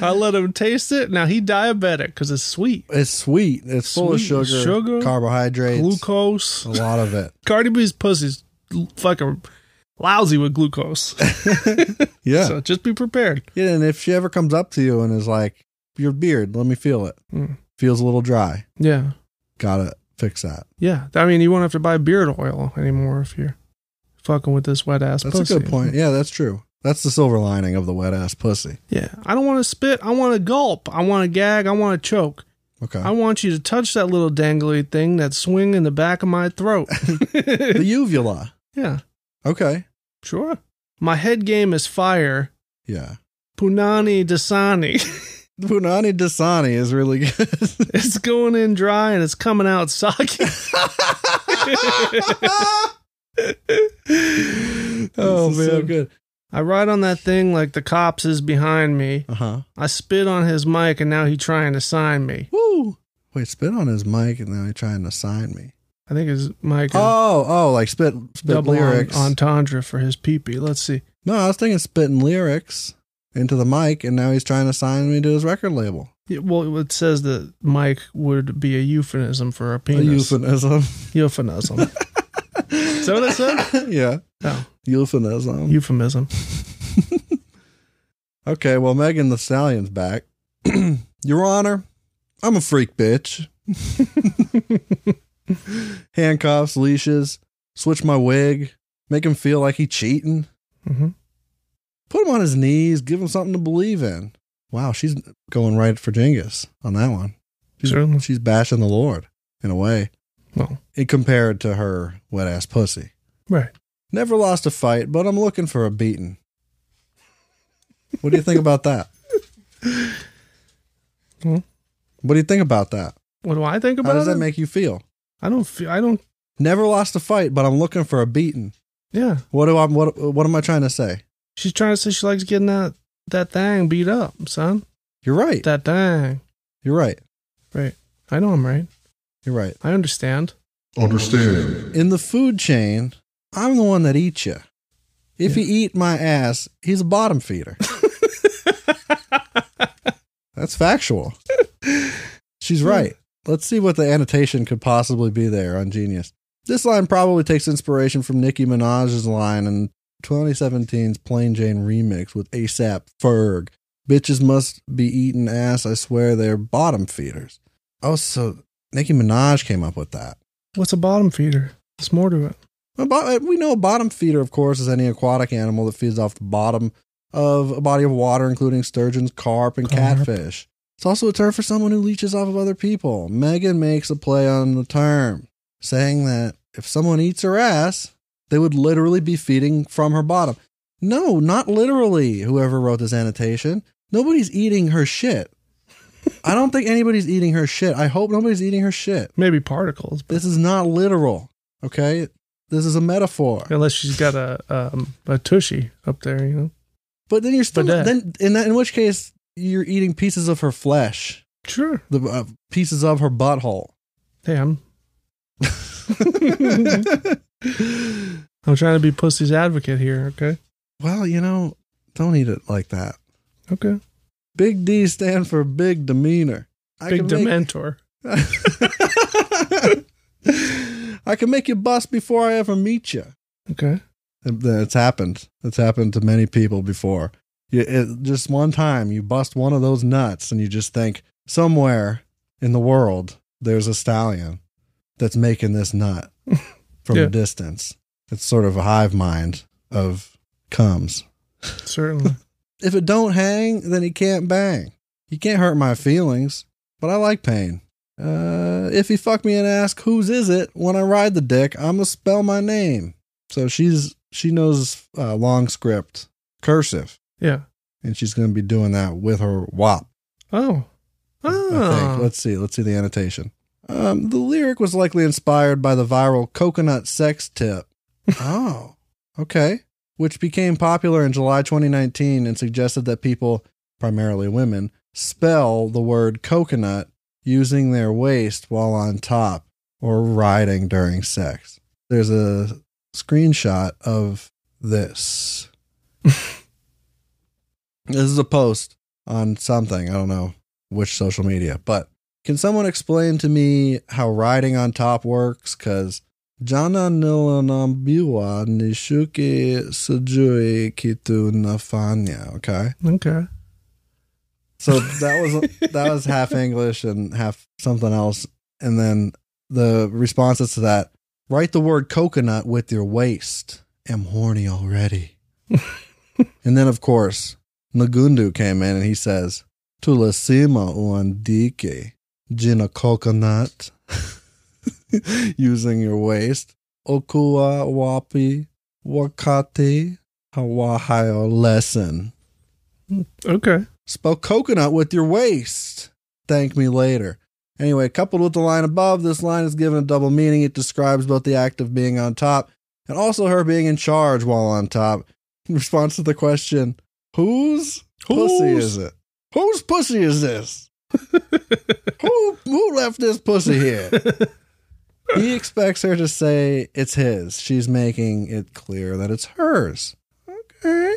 [SPEAKER 2] I let him taste it. Now he diabetic because it's sweet.
[SPEAKER 1] It's sweet. It's full of
[SPEAKER 2] Sweet.
[SPEAKER 1] sugar,
[SPEAKER 2] Sugar.
[SPEAKER 1] carbohydrates,
[SPEAKER 2] Glucose.
[SPEAKER 1] a lot of it.
[SPEAKER 2] Cardi B's pussy's l- fucking lousy with glucose.
[SPEAKER 1] Yeah.
[SPEAKER 2] So just be prepared.
[SPEAKER 1] yeah. And if she ever comes up to you and is like, "Your beard, let me feel it.
[SPEAKER 2] Mm.
[SPEAKER 1] Feels a little dry.
[SPEAKER 2] Yeah.
[SPEAKER 1] Gotta fix that."
[SPEAKER 2] Yeah. I mean, you won't have to buy beard oil anymore if you're fucking with this wet ass
[SPEAKER 1] That's
[SPEAKER 2] pussy.
[SPEAKER 1] a good point. Yeah, that's true. That's the silver lining of the wet ass pussy.
[SPEAKER 2] Yeah. I don't want to spit. I want to gulp. I want to gag. I want to choke.
[SPEAKER 1] Okay.
[SPEAKER 2] I want you to touch that little dangly thing that swing in the back of my throat.
[SPEAKER 1] the uvula.
[SPEAKER 2] yeah.
[SPEAKER 1] Okay.
[SPEAKER 2] Sure. My head game is fire.
[SPEAKER 1] Yeah.
[SPEAKER 2] Punani Dasani.
[SPEAKER 1] Punani Dasani is really good.
[SPEAKER 2] it's going in dry and it's coming out soggy.
[SPEAKER 1] oh
[SPEAKER 2] oh
[SPEAKER 1] man, so
[SPEAKER 2] man.
[SPEAKER 1] good.
[SPEAKER 2] I ride on that thing like the cops is behind me.
[SPEAKER 1] Uh huh.
[SPEAKER 2] I spit on his mic and now he trying to sign me.
[SPEAKER 1] Woo. Wait, spit on his mic, and now he's trying to sign me.
[SPEAKER 2] I think his mic is
[SPEAKER 1] Oh, oh, like spit, spit
[SPEAKER 2] double
[SPEAKER 1] lyrics.
[SPEAKER 2] en- entendre for his peepee. Let's see.
[SPEAKER 1] no, I was thinking spitting lyrics into the mic, and now he's trying to sign me to his record label.
[SPEAKER 2] Yeah, Well, it says that mic would be a euphemism for a penis.
[SPEAKER 1] A euphemism.
[SPEAKER 2] euphemism. Is that what I said?
[SPEAKER 1] yeah,
[SPEAKER 2] No,
[SPEAKER 1] euphemism.
[SPEAKER 2] euphemism.
[SPEAKER 1] okay, well, Megan the Stallion's back. Your Honor, I'm a freak bitch. Handcuffs, leashes, switch my wig, make him feel like he cheating.
[SPEAKER 2] hmm
[SPEAKER 1] Put him on his knees, give him something to believe in. Wow, she's going right for Genghis on that one. She's,
[SPEAKER 2] Certainly.
[SPEAKER 1] she's bashing the Lord in a way.
[SPEAKER 2] Well,
[SPEAKER 1] It compared to her wet ass pussy.
[SPEAKER 2] right.
[SPEAKER 1] Never lost a fight, but I'm looking for a beating. What do you think about that?
[SPEAKER 2] Hmm?
[SPEAKER 1] What do you think about that?
[SPEAKER 2] What do I think about
[SPEAKER 1] How does that
[SPEAKER 2] it?
[SPEAKER 1] make you feel?
[SPEAKER 2] I don't feel. I don't.
[SPEAKER 1] Never lost a fight, but I'm looking for a beating.
[SPEAKER 2] Yeah.
[SPEAKER 1] What do I what what am I trying to say?
[SPEAKER 2] She's trying to say she likes getting that that thing beat up, son.
[SPEAKER 1] You're right.
[SPEAKER 2] That thing.
[SPEAKER 1] You're right.
[SPEAKER 2] Right. I know I'm right.
[SPEAKER 1] You're right.
[SPEAKER 2] I understand.
[SPEAKER 5] Understand.
[SPEAKER 1] In the food chain, I'm the one that eats you. If you eat my ass, he's a bottom feeder. That's factual. She's right. Let's see what the annotation could possibly be there on Genius. This line probably takes inspiration from Nicki Minaj's line in 2017's Plain Jane remix with ASAP Ferg. Bitches must be eating ass. I swear they're bottom feeders. Oh, so Nicki Minaj came up with that.
[SPEAKER 2] What's a bottom feeder? There's more to it.
[SPEAKER 1] A bo- uh, we know a bottom feeder, of course, is any aquatic animal that feeds off the bottom of a body of water, including sturgeons, carp, and
[SPEAKER 2] Carp.
[SPEAKER 1] catfish. It's also a term for someone who leeches off of other people. Megan makes a play on the term, saying that if someone eats her ass, they would literally be feeding from her bottom. No, not literally, whoever wrote this annotation. Nobody's eating her shit. I don't think anybody's eating her shit. I hope nobody's eating her shit.
[SPEAKER 2] Maybe particles, but
[SPEAKER 1] This is not literal, okay? This is a metaphor.
[SPEAKER 2] unless she's got a um, a tushy up there, you know.
[SPEAKER 1] But then you're still
[SPEAKER 2] But, uh,
[SPEAKER 1] then in that in which case you're eating pieces of her flesh,
[SPEAKER 2] Sure.
[SPEAKER 1] the uh, pieces of her butthole.
[SPEAKER 2] Hey, I'm I'm trying to be pussy's advocate here. Okay.
[SPEAKER 1] well, you know, don't eat it like that.
[SPEAKER 2] Okay.
[SPEAKER 1] Big D stand for big demeanor. I
[SPEAKER 2] Big
[SPEAKER 1] can make-
[SPEAKER 2] Dementor.
[SPEAKER 1] I can make you bust before I ever meet you.
[SPEAKER 2] Okay.
[SPEAKER 1] It's happened. It's happened to many people before. You, it, just one time, you bust one of those nuts, and you just think somewhere in the world there's a stallion that's making this nut from
[SPEAKER 2] Yeah.
[SPEAKER 1] a distance. It's sort of a hive mind of comes.
[SPEAKER 2] Certainly.
[SPEAKER 1] If it don't hang, then he can't bang. He can't hurt my feelings, but I like pain. Uh, if he fuck me and ask whose is it when I ride the dick, I'ma spell my name. So she's she knows uh, long script cursive,
[SPEAKER 2] Yeah.
[SPEAKER 1] and she's gonna be doing that with her wop.
[SPEAKER 2] Oh.
[SPEAKER 1] I think.
[SPEAKER 2] Oh.
[SPEAKER 1] Let's see. Let's see the annotation. Um, the lyric was likely inspired by the viral coconut sex tip. oh, okay. Which became popular in July 2019 and suggested that people, primarily women, spell the word coconut using their waist while on top or riding during sex. There's a screenshot of this. this is a post on something. I don't know which social media, but can someone explain to me how riding on top works? Because Jana nilanambiwa nishuki sujui kitu nafanya. Okay.
[SPEAKER 2] Okay.
[SPEAKER 1] So that was that was half English and half something else. And then the responses to that: write the word coconut with your waist. Am horny already. and then of course Nagundu came in and he says, "Tulasima uandike jina coconut," using your waist. Okua wapi wakati hawahayo lesson.
[SPEAKER 2] Okay.
[SPEAKER 1] Spell coconut with your waist. Thank me later. Anyway, coupled with the line above, this line is given a double meaning. It describes both the act of being on top and also her being in charge while on top. In response to the question, whose pussy
[SPEAKER 2] Whose?
[SPEAKER 1] is it? Whose pussy is this? who who left this pussy here? he expects her to say it's his. She's making it clear that it's hers. Okay.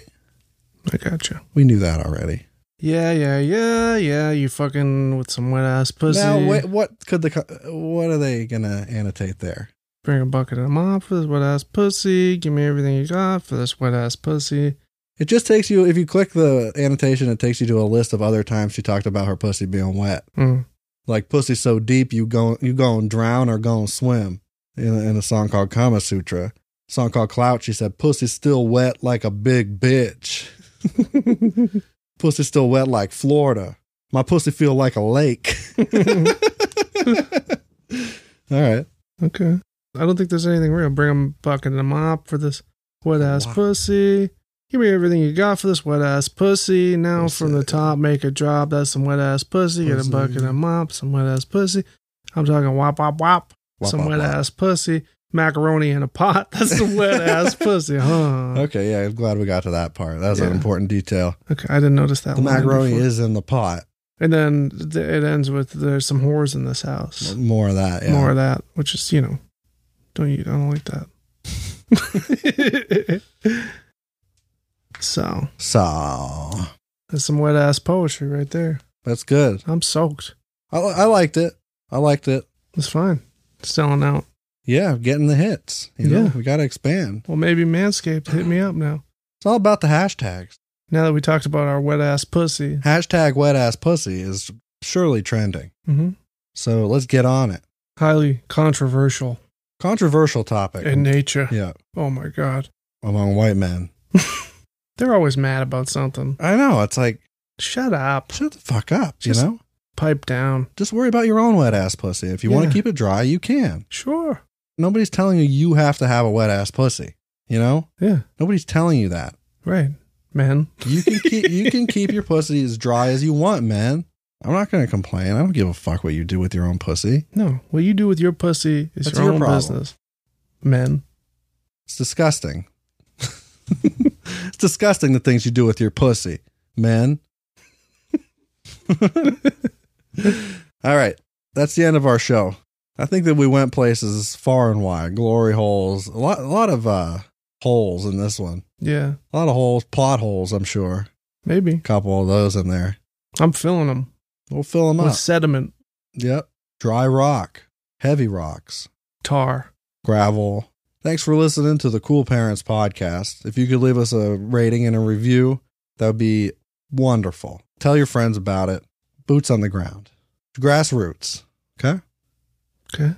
[SPEAKER 2] I gotcha.
[SPEAKER 1] We knew that already.
[SPEAKER 2] Yeah, yeah, yeah, yeah. You fucking with some wet ass pussy.
[SPEAKER 1] Now, wait, what could the co- what are they gonna annotate there?
[SPEAKER 2] Bring a bucket of mop for this wet ass pussy. Give me everything you got for this wet ass pussy.
[SPEAKER 1] It just takes you if you click the annotation, it takes you to a list of other times she talked about her pussy being wet,
[SPEAKER 2] Mm.
[SPEAKER 1] like pussy so deep you go you go and drown or go and swim. In a, in a song called Kama Sutra, song called Clout, she said, "Pussy still wet like a big bitch. pussy still wet like Florida. My pussy feel like a lake." All right.
[SPEAKER 2] Okay. I don't think there's anything real. Bring a bucket of mop for this wet ass
[SPEAKER 1] Wow.
[SPEAKER 2] pussy. Give me everything you got for this wet ass pussy. Now
[SPEAKER 1] Pussy.
[SPEAKER 2] from the top, make a drop. That's some wet ass pussy. Get a
[SPEAKER 1] Pussy.
[SPEAKER 2] bucket of mop, some wet ass pussy. I'm talking wop wop wop.
[SPEAKER 1] Wop,
[SPEAKER 2] some
[SPEAKER 1] wop,
[SPEAKER 2] wet
[SPEAKER 1] wop.
[SPEAKER 2] ass pussy. Macaroni in a pot. That's some wet ass pussy, huh? Okay.
[SPEAKER 1] Okay, yeah, I'm glad we got to that part. That was an
[SPEAKER 2] Yeah.
[SPEAKER 1] important detail.
[SPEAKER 2] I didn't notice that.
[SPEAKER 1] The
[SPEAKER 2] line
[SPEAKER 1] macaroni
[SPEAKER 2] before.
[SPEAKER 1] is in the pot.
[SPEAKER 2] and then th- it ends with there's some whores in this house.
[SPEAKER 1] More of that. Yeah.
[SPEAKER 2] more of that, which is you know, don't you? I don't like that. so
[SPEAKER 1] So
[SPEAKER 2] that's some wet ass poetry right there.
[SPEAKER 1] that's good.
[SPEAKER 2] I'm soaked.
[SPEAKER 1] I, I liked it. I liked it.
[SPEAKER 2] It's fine. Selling out.
[SPEAKER 1] Yeah, getting the hits. You know,
[SPEAKER 2] Yeah.
[SPEAKER 1] we got to expand.
[SPEAKER 2] Well, maybe Manscaped hit me up now.
[SPEAKER 1] It's all about the hashtags.
[SPEAKER 2] Now that we talked about our wet ass pussy.
[SPEAKER 1] Hashtag wet ass pussy is surely trending.
[SPEAKER 2] hmm
[SPEAKER 1] So let's get on it.
[SPEAKER 2] Highly controversial
[SPEAKER 1] Controversial topic.
[SPEAKER 2] in nature.
[SPEAKER 1] yeah,
[SPEAKER 2] Oh my god.
[SPEAKER 1] among white men.
[SPEAKER 2] They're always mad about something.
[SPEAKER 1] I know. It's like
[SPEAKER 2] Shut up.
[SPEAKER 1] shut the fuck up.
[SPEAKER 2] Just-
[SPEAKER 1] you know,
[SPEAKER 2] Pipe down.
[SPEAKER 1] just worry about your own wet ass pussy. If you want
[SPEAKER 2] Yeah.
[SPEAKER 1] to keep it dry, you can.
[SPEAKER 2] Sure.
[SPEAKER 1] nobody's telling you you have to have a wet ass pussy. You know,
[SPEAKER 2] Yeah.
[SPEAKER 1] nobody's telling you that.
[SPEAKER 2] Right. Men.
[SPEAKER 1] You can keep you can keep your pussy as dry as you want, man. I'm not gonna complain. I don't give a fuck what you do with your own pussy.
[SPEAKER 2] No. What you do with your pussy is
[SPEAKER 1] That's
[SPEAKER 2] your,
[SPEAKER 1] your
[SPEAKER 2] own
[SPEAKER 1] problem.
[SPEAKER 2] business. Men.
[SPEAKER 1] It's disgusting. it's disgusting the things you do with your pussy, man. All right, that's the end of our show. I think that we went places far and wide, glory holes, a lot, a lot of uh, holes in this one.
[SPEAKER 2] Yeah,
[SPEAKER 1] A lot of holes, plot holes, I'm sure.
[SPEAKER 2] maybe.
[SPEAKER 1] couple of those in there.
[SPEAKER 2] I'm filling them
[SPEAKER 1] We'll fill them
[SPEAKER 2] with
[SPEAKER 1] up.
[SPEAKER 2] sediment,
[SPEAKER 1] Yep. Dry rock, heavy rocks,
[SPEAKER 2] tar.
[SPEAKER 1] gravel. Thanks for listening to the Cool Parents podcast. If you could leave us a rating and a review, that would be wonderful. Tell your friends about it. Boots on the ground, grassroots. Okay.
[SPEAKER 2] Okay.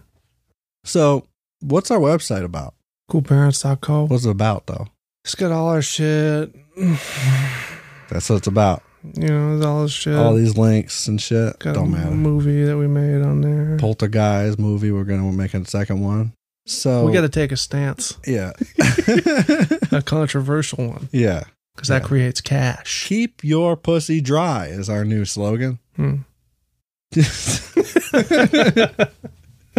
[SPEAKER 1] So, what's our website about?
[SPEAKER 2] Coolparents.co.
[SPEAKER 1] What's it about, though?
[SPEAKER 2] It's got all our shit.
[SPEAKER 1] That's what it's about.
[SPEAKER 2] You know, there's all this shit.
[SPEAKER 1] All these links and shit.
[SPEAKER 2] Got
[SPEAKER 1] Don't
[SPEAKER 2] a
[SPEAKER 1] matter.
[SPEAKER 2] movie that we made on there.
[SPEAKER 1] Poltergeist movie. We're gonna make a second one. So
[SPEAKER 2] We got to take a stance,
[SPEAKER 1] yeah,
[SPEAKER 2] a controversial one,
[SPEAKER 1] yeah.
[SPEAKER 2] because that
[SPEAKER 1] Yeah.
[SPEAKER 2] creates cash.
[SPEAKER 1] Keep your pussy dry is our new slogan.
[SPEAKER 2] Hmm.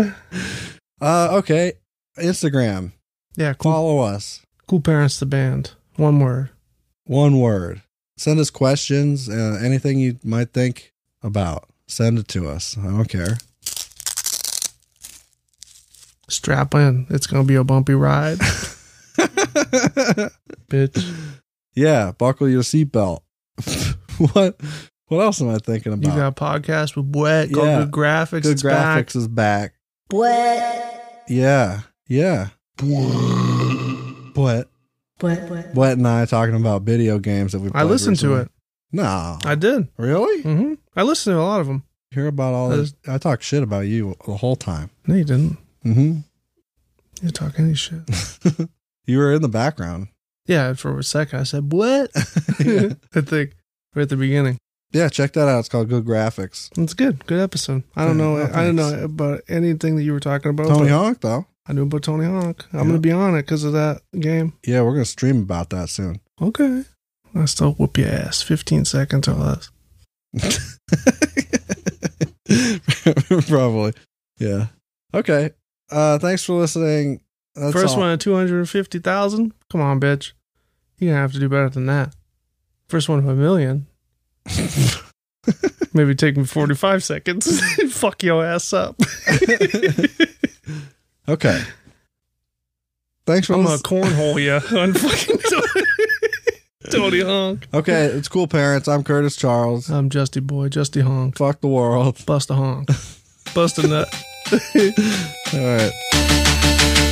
[SPEAKER 1] uh, okay, Instagram.
[SPEAKER 2] Yeah, cool.
[SPEAKER 1] Follow us.
[SPEAKER 2] Cool parents, the band. One word.
[SPEAKER 1] One word. Send us questions. Uh, anything you might think about. Send it to us. I don't care.
[SPEAKER 2] Strap in. It's gonna be a bumpy ride, bitch.
[SPEAKER 1] yeah, buckle your seatbelt. what? What else am I thinking
[SPEAKER 2] You
[SPEAKER 1] about?
[SPEAKER 2] got a podcast with Brett called
[SPEAKER 1] Yeah.
[SPEAKER 2] Good Graphics.
[SPEAKER 1] Good
[SPEAKER 2] it's
[SPEAKER 1] graphics
[SPEAKER 2] back.
[SPEAKER 1] is back. What? Yeah, yeah. What? What? What? And I talking about video games that we.
[SPEAKER 2] I
[SPEAKER 1] played
[SPEAKER 2] listened
[SPEAKER 1] recently.
[SPEAKER 2] to it.
[SPEAKER 1] No,
[SPEAKER 2] I did.
[SPEAKER 1] really
[SPEAKER 2] hmm I listened to a lot of them.
[SPEAKER 1] hear about all
[SPEAKER 2] I
[SPEAKER 1] this. I talk shit about you the whole time.
[SPEAKER 2] No, you didn't.
[SPEAKER 1] hmm
[SPEAKER 2] You talk any shit.
[SPEAKER 1] You were in the background.
[SPEAKER 2] yeah, for a second I said what?
[SPEAKER 1] yeah.
[SPEAKER 2] I think right at the beginning.
[SPEAKER 1] Yeah, check that out. It's called Good Graphics.
[SPEAKER 2] It's good. Good episode. I don't
[SPEAKER 1] Yeah,
[SPEAKER 2] know.
[SPEAKER 1] well,
[SPEAKER 2] I don't
[SPEAKER 1] thanks.
[SPEAKER 2] know about anything that you were talking about.
[SPEAKER 1] Tony
[SPEAKER 2] but
[SPEAKER 1] Hawk, though.
[SPEAKER 2] I knew about Tony Hawk. I'm
[SPEAKER 1] Yeah.
[SPEAKER 2] gonna be on it because of that game.
[SPEAKER 1] Yeah, we're gonna stream about that soon.
[SPEAKER 2] Okay. I still whoop your ass. Fifteen seconds or less.
[SPEAKER 1] Probably. Yeah. Okay. Uh, thanks for listening. That's
[SPEAKER 2] First
[SPEAKER 1] all.
[SPEAKER 2] one at two hundred and fifty thousand. Come on, bitch. You're gonna have to do better than that. First one of a million. Maybe take me forty five seconds. Fuck your ass up.
[SPEAKER 1] Okay. Thanks for
[SPEAKER 2] I'm gonna
[SPEAKER 1] listening.
[SPEAKER 2] cornhole you on fucking Tony- Tony Honk.
[SPEAKER 1] okay, it's cool, parents. I'm Curtis Charles.
[SPEAKER 2] I'm Justy Boy, Justy Honk.
[SPEAKER 1] Fuck the world.
[SPEAKER 2] Bust a honk. Bust a nut.
[SPEAKER 1] All right.